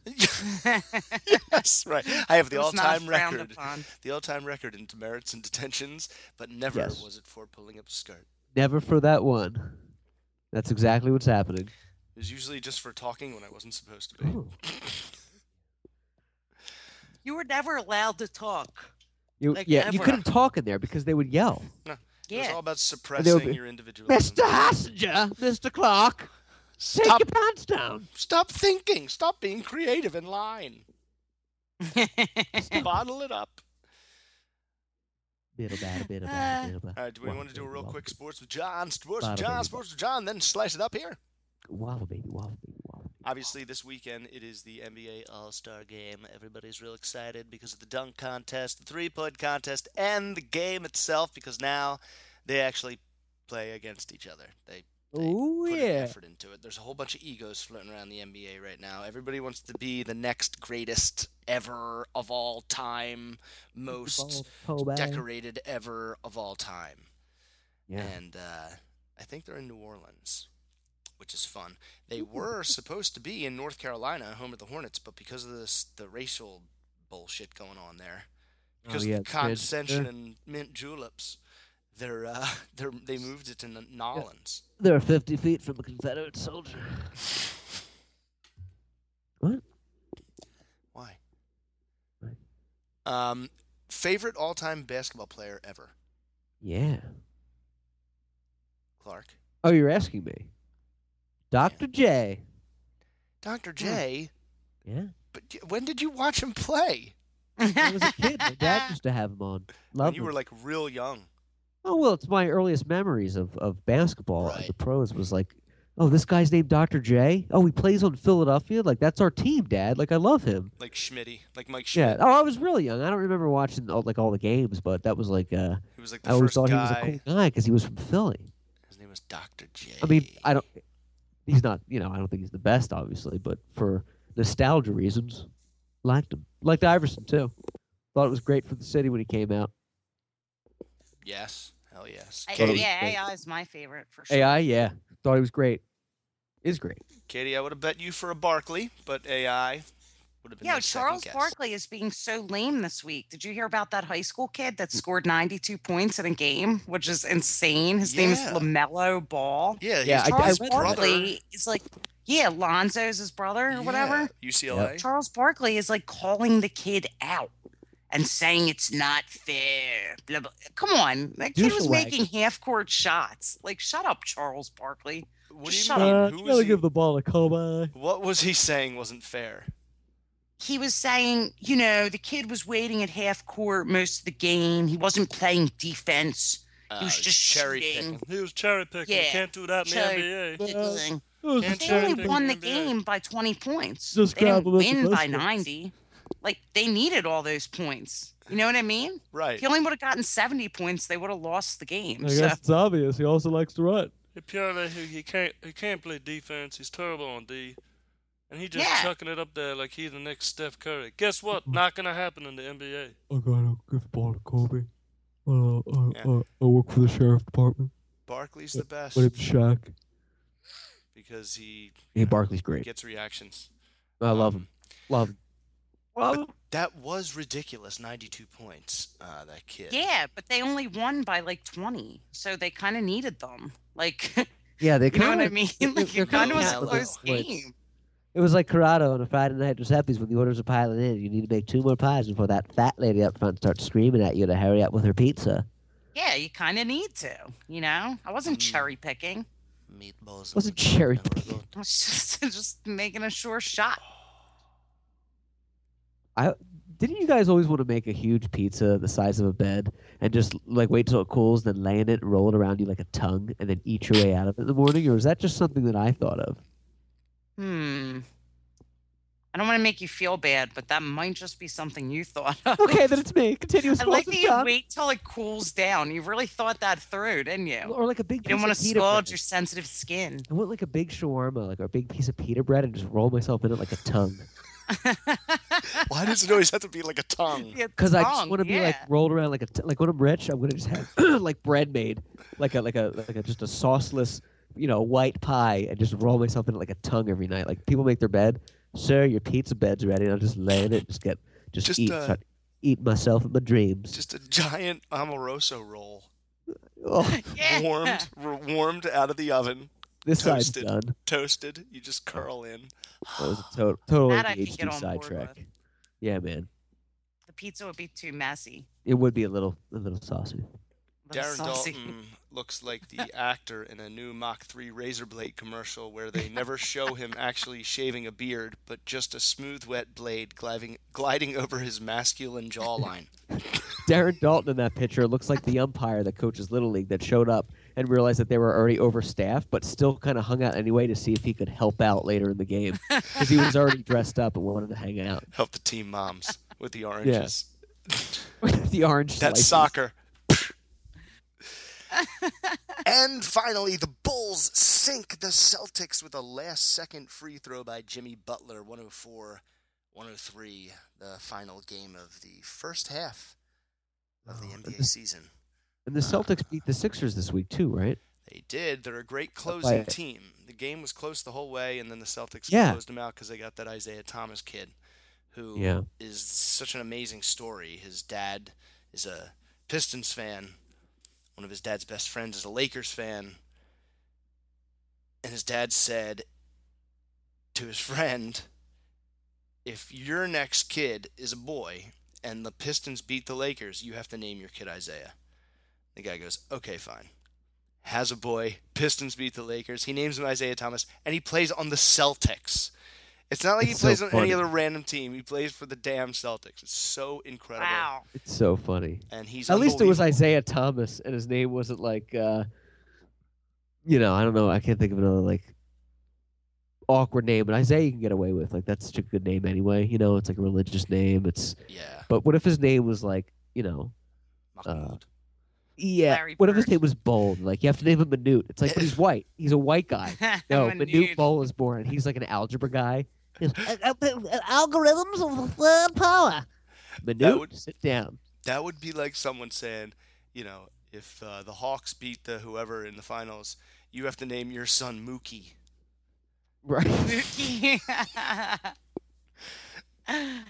yes, right. I have the
It was not
all-time
frowned
record,
upon.
the all-time record in demerits and detentions, but never
Yes.
was it for pulling up a skirt.
Never for that one. That's exactly what's happening.
It was usually just for talking when I wasn't supposed to be.
Oh.
You were never allowed to talk.
You,
Like
yeah, you
ever.
couldn't talk in there because they would yell.
It was
Yeah.
all about suppressing
be,
your individualism.
Mr. Hassinger, Mr. Clark, take
Stop!
your pants down.
Stop thinking. Stop being creative in line. Bottle it up.
Biddle baddle, biddle
Uh,
baddle, biddle baddle.
All right. Do we
Waddle
want to do a
baby,
real
waddle
quick
baby.
sports with John? Sports
Bada
with John.
bing,
Sports with John. Then slice it up here.
Waddle baby, waddle baby, waddle baby.
Obviously, this weekend it is the NBA All Star Game. Everybody's real excited because of the dunk contest, the three point contest, and the game itself because now they actually play against each other. They, they
Oh,
put an
yeah.
effort into it. There's a whole bunch of egos floating around the NBA right now. Everybody wants to be the next greatest ever of all time, most
Ball, toe bag.
decorated ever of all time
Yeah.
and uh, I think they're in New Orleans, which is fun. They were supposed to be in North Carolina, home of the Hornets, but because of this the racial bullshit going on there,
Oh,
because
yeah,
of
the
the condescension
transgender.
and mint juleps, they're uh, they're they moved it to N- Nolens.
They're 50 feet from a Confederate soldier. what?
Why?
Right.
Um, favorite all-time basketball player ever,
Yeah.
Clark.
Oh, you're asking me. Dr. J.
Dr.
Hmm.
J.
Yeah.
But y- when did you watch him play?
When I was a kid, my dad used to have him on.
When
Love
you were like real young.
Oh well, it's my earliest memories of of basketball at the
Right.
pros was like, oh, this guy's named Dr. J. Oh, he plays on Philadelphia. Like that's our team, Dad. Like I love him.
like Schmitty, like Mike Schmidt.
Yeah. Oh, I was really young. I don't remember watching all, like all the games, but that was like uh,
He was like the
I always
first
thought
guy.
he was a cool guy because he was from Philly.
His name was Dr. J.
I mean, I don't. He's not. You know, I don't think he's the best, obviously, but for nostalgia reasons, liked him. Liked Iverson too. Thought it was great for the city when he came out.
Yes. Hell yes.
I,
Katie,
yeah, AI is my favorite for sure.
AI, yeah, thought he was great. Is great.
Katie, I would have bet you for a Barkley, but AI would have been
Yo,
my second
Charles
guess.
Barkley is being so lame this week. Did you hear about that high school kid that scored 92 points in a game, which is insane? His name is
Yeah.
LaMelo Ball.
Yeah, he's
Yeah, I-
Charles
read that.
Barkley is like, yeah, Lonzo's his brother or whatever.
UCLA.
Charles Barkley is like calling the kid out and saying it's not fair. Blah, blah. Come on. That kid was
Douchebag.
making half court shots. Like, shut up, Charles Barkley.
What do
Just
you
shut
mean?
Uh,
Who
you
was
gotta
he-
give the ball to Kobe.
What was he saying wasn't fair?
He was saying, you know, the kid was waiting at half court most of the game. He wasn't playing defense.
Uh,
was just
cherry
shooting.
picking. He was cherry picking.
Yeah.
Can't do that in
Cherry
the NBA.
Pickling.
It was
Can't
They
Sure,
only
they
won the
can do it.
game by 20 points.
Just
they didn't
grab them at the
win by
basket.
90. Like, they needed all those points. You know what I mean?
Right.
If he only would have gotten 70 points, they would have lost the
I
game. So,
guess it's obvious. He also likes to run.
Purely, he, he can't he can't play defense. He's terrible on D, and he just
Yeah.
chucking it up there like he's the next Steph Curry. Guess what? Not gonna happen in the NBA.
I gotta give the ball to Kobe. Uh, uh,
Yeah.
uh, I work for the sheriff department.
Barkley's the best
My name's Shaq.
because he
Hey, Barkley's great.
gets reactions.
I love him.
Um,
Love him. Love him.
But that was ridiculous. 92 points. Uh, that kid.
yeah, but they only won by like 20. So they kind of needed them. Like,
Yeah, they
you know
kind
what I
of.
mean?
they're-
Like,
they're
it kind of was
kinda
a
out of
close
the woods.
game.
It was like Corrado on a Friday night was happy when the orders are piling in. You need to make two more pies before that fat lady up front starts screaming at you to hurry up with her pizza.
Yeah, you kind of need to, you know? I wasn't cherry picking.
Meatballs.
Wasn't cherry picking.
I was just, just making a sure shot.
Didn't you guys always want to make a huge pizza the size of a bed and just like wait till it cools, then lay in it, roll it around you like a tongue, and then eat your way out of it in the morning? Or is that just something that I thought of?
Hmm. I don't want to make you feel bad, but that might just be something you thought of.
Okay, then it's me. Continuous
I like
Wilson
that you
John.
wait till it cools down. You really thought that through, didn't you? You
Or like a big.
didn't
piece
want
of
to
pita
scald
bread.
your sensitive skin.
I want like a big shawarma, like a big piece of pita bread, and just roll myself in it like a tongue.
Why does it always have to be like a tongue?
Because I just want to be like rolled around like a t- like when I'm rich, I'm gonna just have like bread made, like a like a like a just a sauceless, you know, white pie, and just roll myself in it like a tongue every night. Like people make their bed, sir, your pizza bed's ready. And I'll just lay in it, and just get just,
Just,
eat,
uh,
start- eat myself in my dreams.
Just a giant Amoroso roll,
oh,
yeah.
warmed, r- warmed out of the oven,
this side's
toasted.
done.
toasted. You just curl in.
That was a to- total
That I could get
ADHD
on board
sidetrack.
with.
Yeah, man,
The pizza would be too messy.
it would be a little a little saucy.
A little
Darren
saucy.
Dalton looks like the actor in a new Mach 3 razor blade commercial where they never show him actually shaving a beard, but just a smooth, wet blade gliding, gliding over his masculine jawline.
Darren Dalton in that picture looks like the umpire that coaches Little League that showed up and realized that they were already overstaffed, but still kind of hung out anyway to see if he could help out later in the game because he was already dressed up and wanted to hang out.
Help the team moms with the oranges.
the orange.
That's
slices.
soccer. and finally, the Bulls sink the Celtics with a last second free throw by Jimmy Butler, 104 103, the final game of the first half of the
Oh, and
NBA
this-
season.
And the Celtics beat the Sixers this week too, right?
They did. They're a great closing
Right.
team. The game was close the whole way, and then the Celtics
Yeah.
closed them out because they got that Isaiah Thomas kid, who is
Yeah.
such an amazing story. His dad is a Pistons fan. One of his dad's best friends is a Lakers fan, and his dad said to his friend, "If your next kid is a boy and the Pistons beat the Lakers, you have to name your kid Isaiah." The guy goes, "Okay, fine." has a boy. Pistons beat the Lakers. He names him Isaiah Thomas, and he plays on the Celtics. It's not like
It's
he plays
so
on
funny.
any other random team. He plays for the damn Celtics. It's so incredible.
Wow.
It's so funny.
And he's
At least it was
unbelievable.
Isaiah Thomas, and his name wasn't like, uh, you know, I don't know. I can't think of another like awkward name, but Isaiah you can get away with. Like that's such a good name anyway. You know, it's like a religious name. It's
Yeah.
But what if his name was like, you know,
Mahmoud.
yeah.
Larry
what if his
Bird.
name was Bold? Like you have to name him Minute. It's like, but he's white. He's a white guy. No, Minute
Minute.
Bowl is boring. He's like an algebra guy. He's like,
Uh, uh, uh, algorithms of the third power.
Minute,
would-
sit down.
That would be like someone saying, you know, if uh, the Hawks beat the whoever in the finals, you have to name your son Mookie.
Right.
Mookie.
Uh,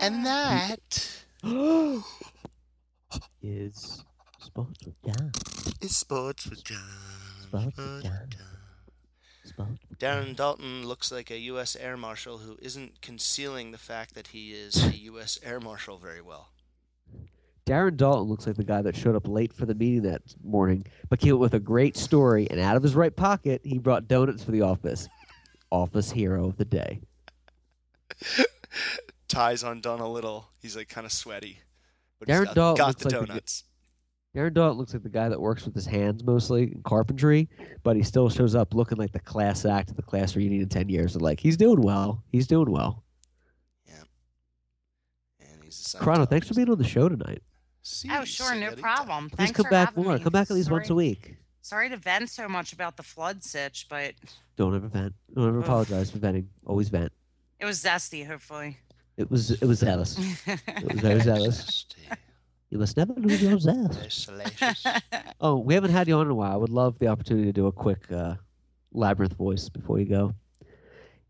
And that
is
Sports with John.
is sports with John.
Sports with John. Sports with
Darren Dalton looks like a U.S. Air Marshal who isn't concealing the fact that he is a U.S. Air Marshal very well.
Darren Dalton looks like the guy that showed up late for the meeting that morning, but came up with a great story. And out of his right pocket, he brought donuts for the office. Office hero of the day.
Ties undone a little. He's like kind of sweaty. But he's
Darren
got,
Dalton
got
looks
the
like a-
donuts.
Darren Dalton looks like the guy that works with his hands mostly in carpentry, but he still shows up looking like the class act of the class reunion in 10 years. They're like, he's doing well. He's doing well.
and he's a
Corano,
Scientologist.
thanks for being on the show tonight.
See
oh,
you,
sure, no
señorita.
problem.
Please
Thanks
come
for
back
having
more.
me.
Come back at least
sorry,
once a week.
Sorry to vent so much about the flood sitch, but
Don't ever vent. Don't ever
Ugh.
apologize for venting. Always vent.
it was zesty. Hopefully,
It was it was zealous. It was very zealous. You must never lose your zest.
They're salacious.
Oh, we haven't had you on in a while. I would love the opportunity to do a quick uh, labyrinth voice before you go.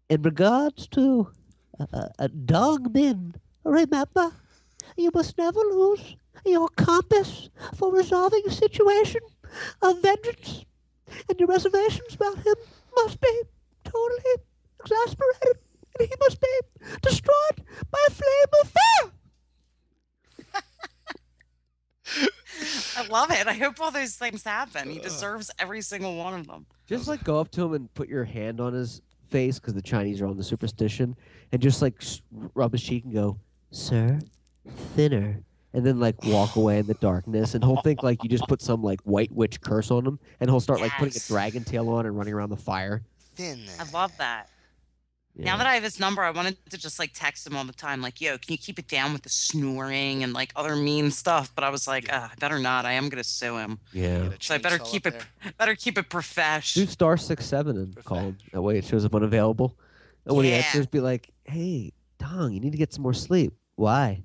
In regards to uh, uh, uh, dog men, remember, you must never lose your compass for resolving a situation of vengeance, and your reservations about him must be totally exasperated, and he must be destroyed by a flame of fire.
I love it. I hope all those things happen. He deserves every single one of them.
Just like go up to him and put your hand on his face because the Chinese are on the superstition, and just like s- rub his cheek and go, "Sir, thinner," and then like walk away in the darkness, and he'll think like you just put some like white witch curse on him, and he'll start like putting a
Yes.
dragon tail on and running around the fire.
Thin
I love that. Now that I have his number, I wanted to just like text him all the time, like, yo, can you keep it down with the snoring and like other mean stuff? But I was like, uh, I better not. I am gonna sue him.
yeah.
So I better keep it better keep it profesh.
Do star six seven and call him. That way it shows up unavailable. And when he
Yeah.
answers, be like, "Hey, Dong, you need to get some more sleep. Why?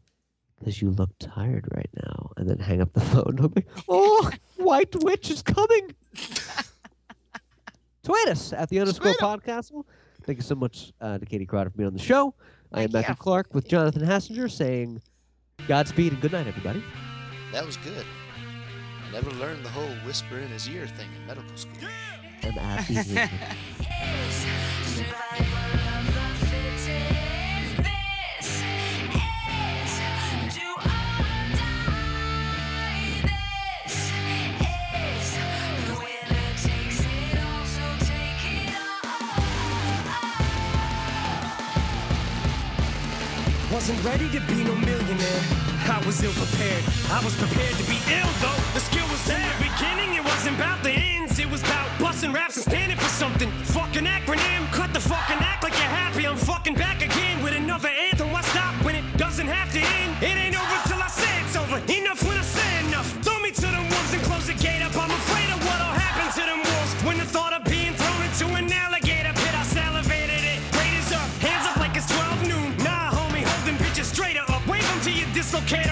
Because you look tired right now." And then hang up the phone. He'll be, oh, White Witch is coming. Tweet us at the underscore podcastle. Thank you so much uh, to Katie Crowder for being on the show. I am
Thank
Matthew
you.
Clark with Jonathan Hassinger saying, "Godspeed and good night, everybody."
That was good. I never learned the whole whisper in his ear thing in medical school.
And I feel it.
Wasn't ready to be no millionaire. I was ill prepared. I was prepared to be ill though. The skill was there. From the beginning, it wasn't about the ends. It was about busting raps and standing for something. Fucking acronym. Cut the fucking act like you're happy. I'm fucking back again with another anthem. Why stop when it doesn't have to end? It ain't over till I say it's over. Enough when I say enough. Throw me to them wolves and close the gate up. I'm afraid of what'll happen to them wolves when the thought of being thrown into an alligator pit. I salivated it. Raiders up, hands up like it's 12 noon. Nah, homie, hold them bitches straight up. Wave 'em till you dislocate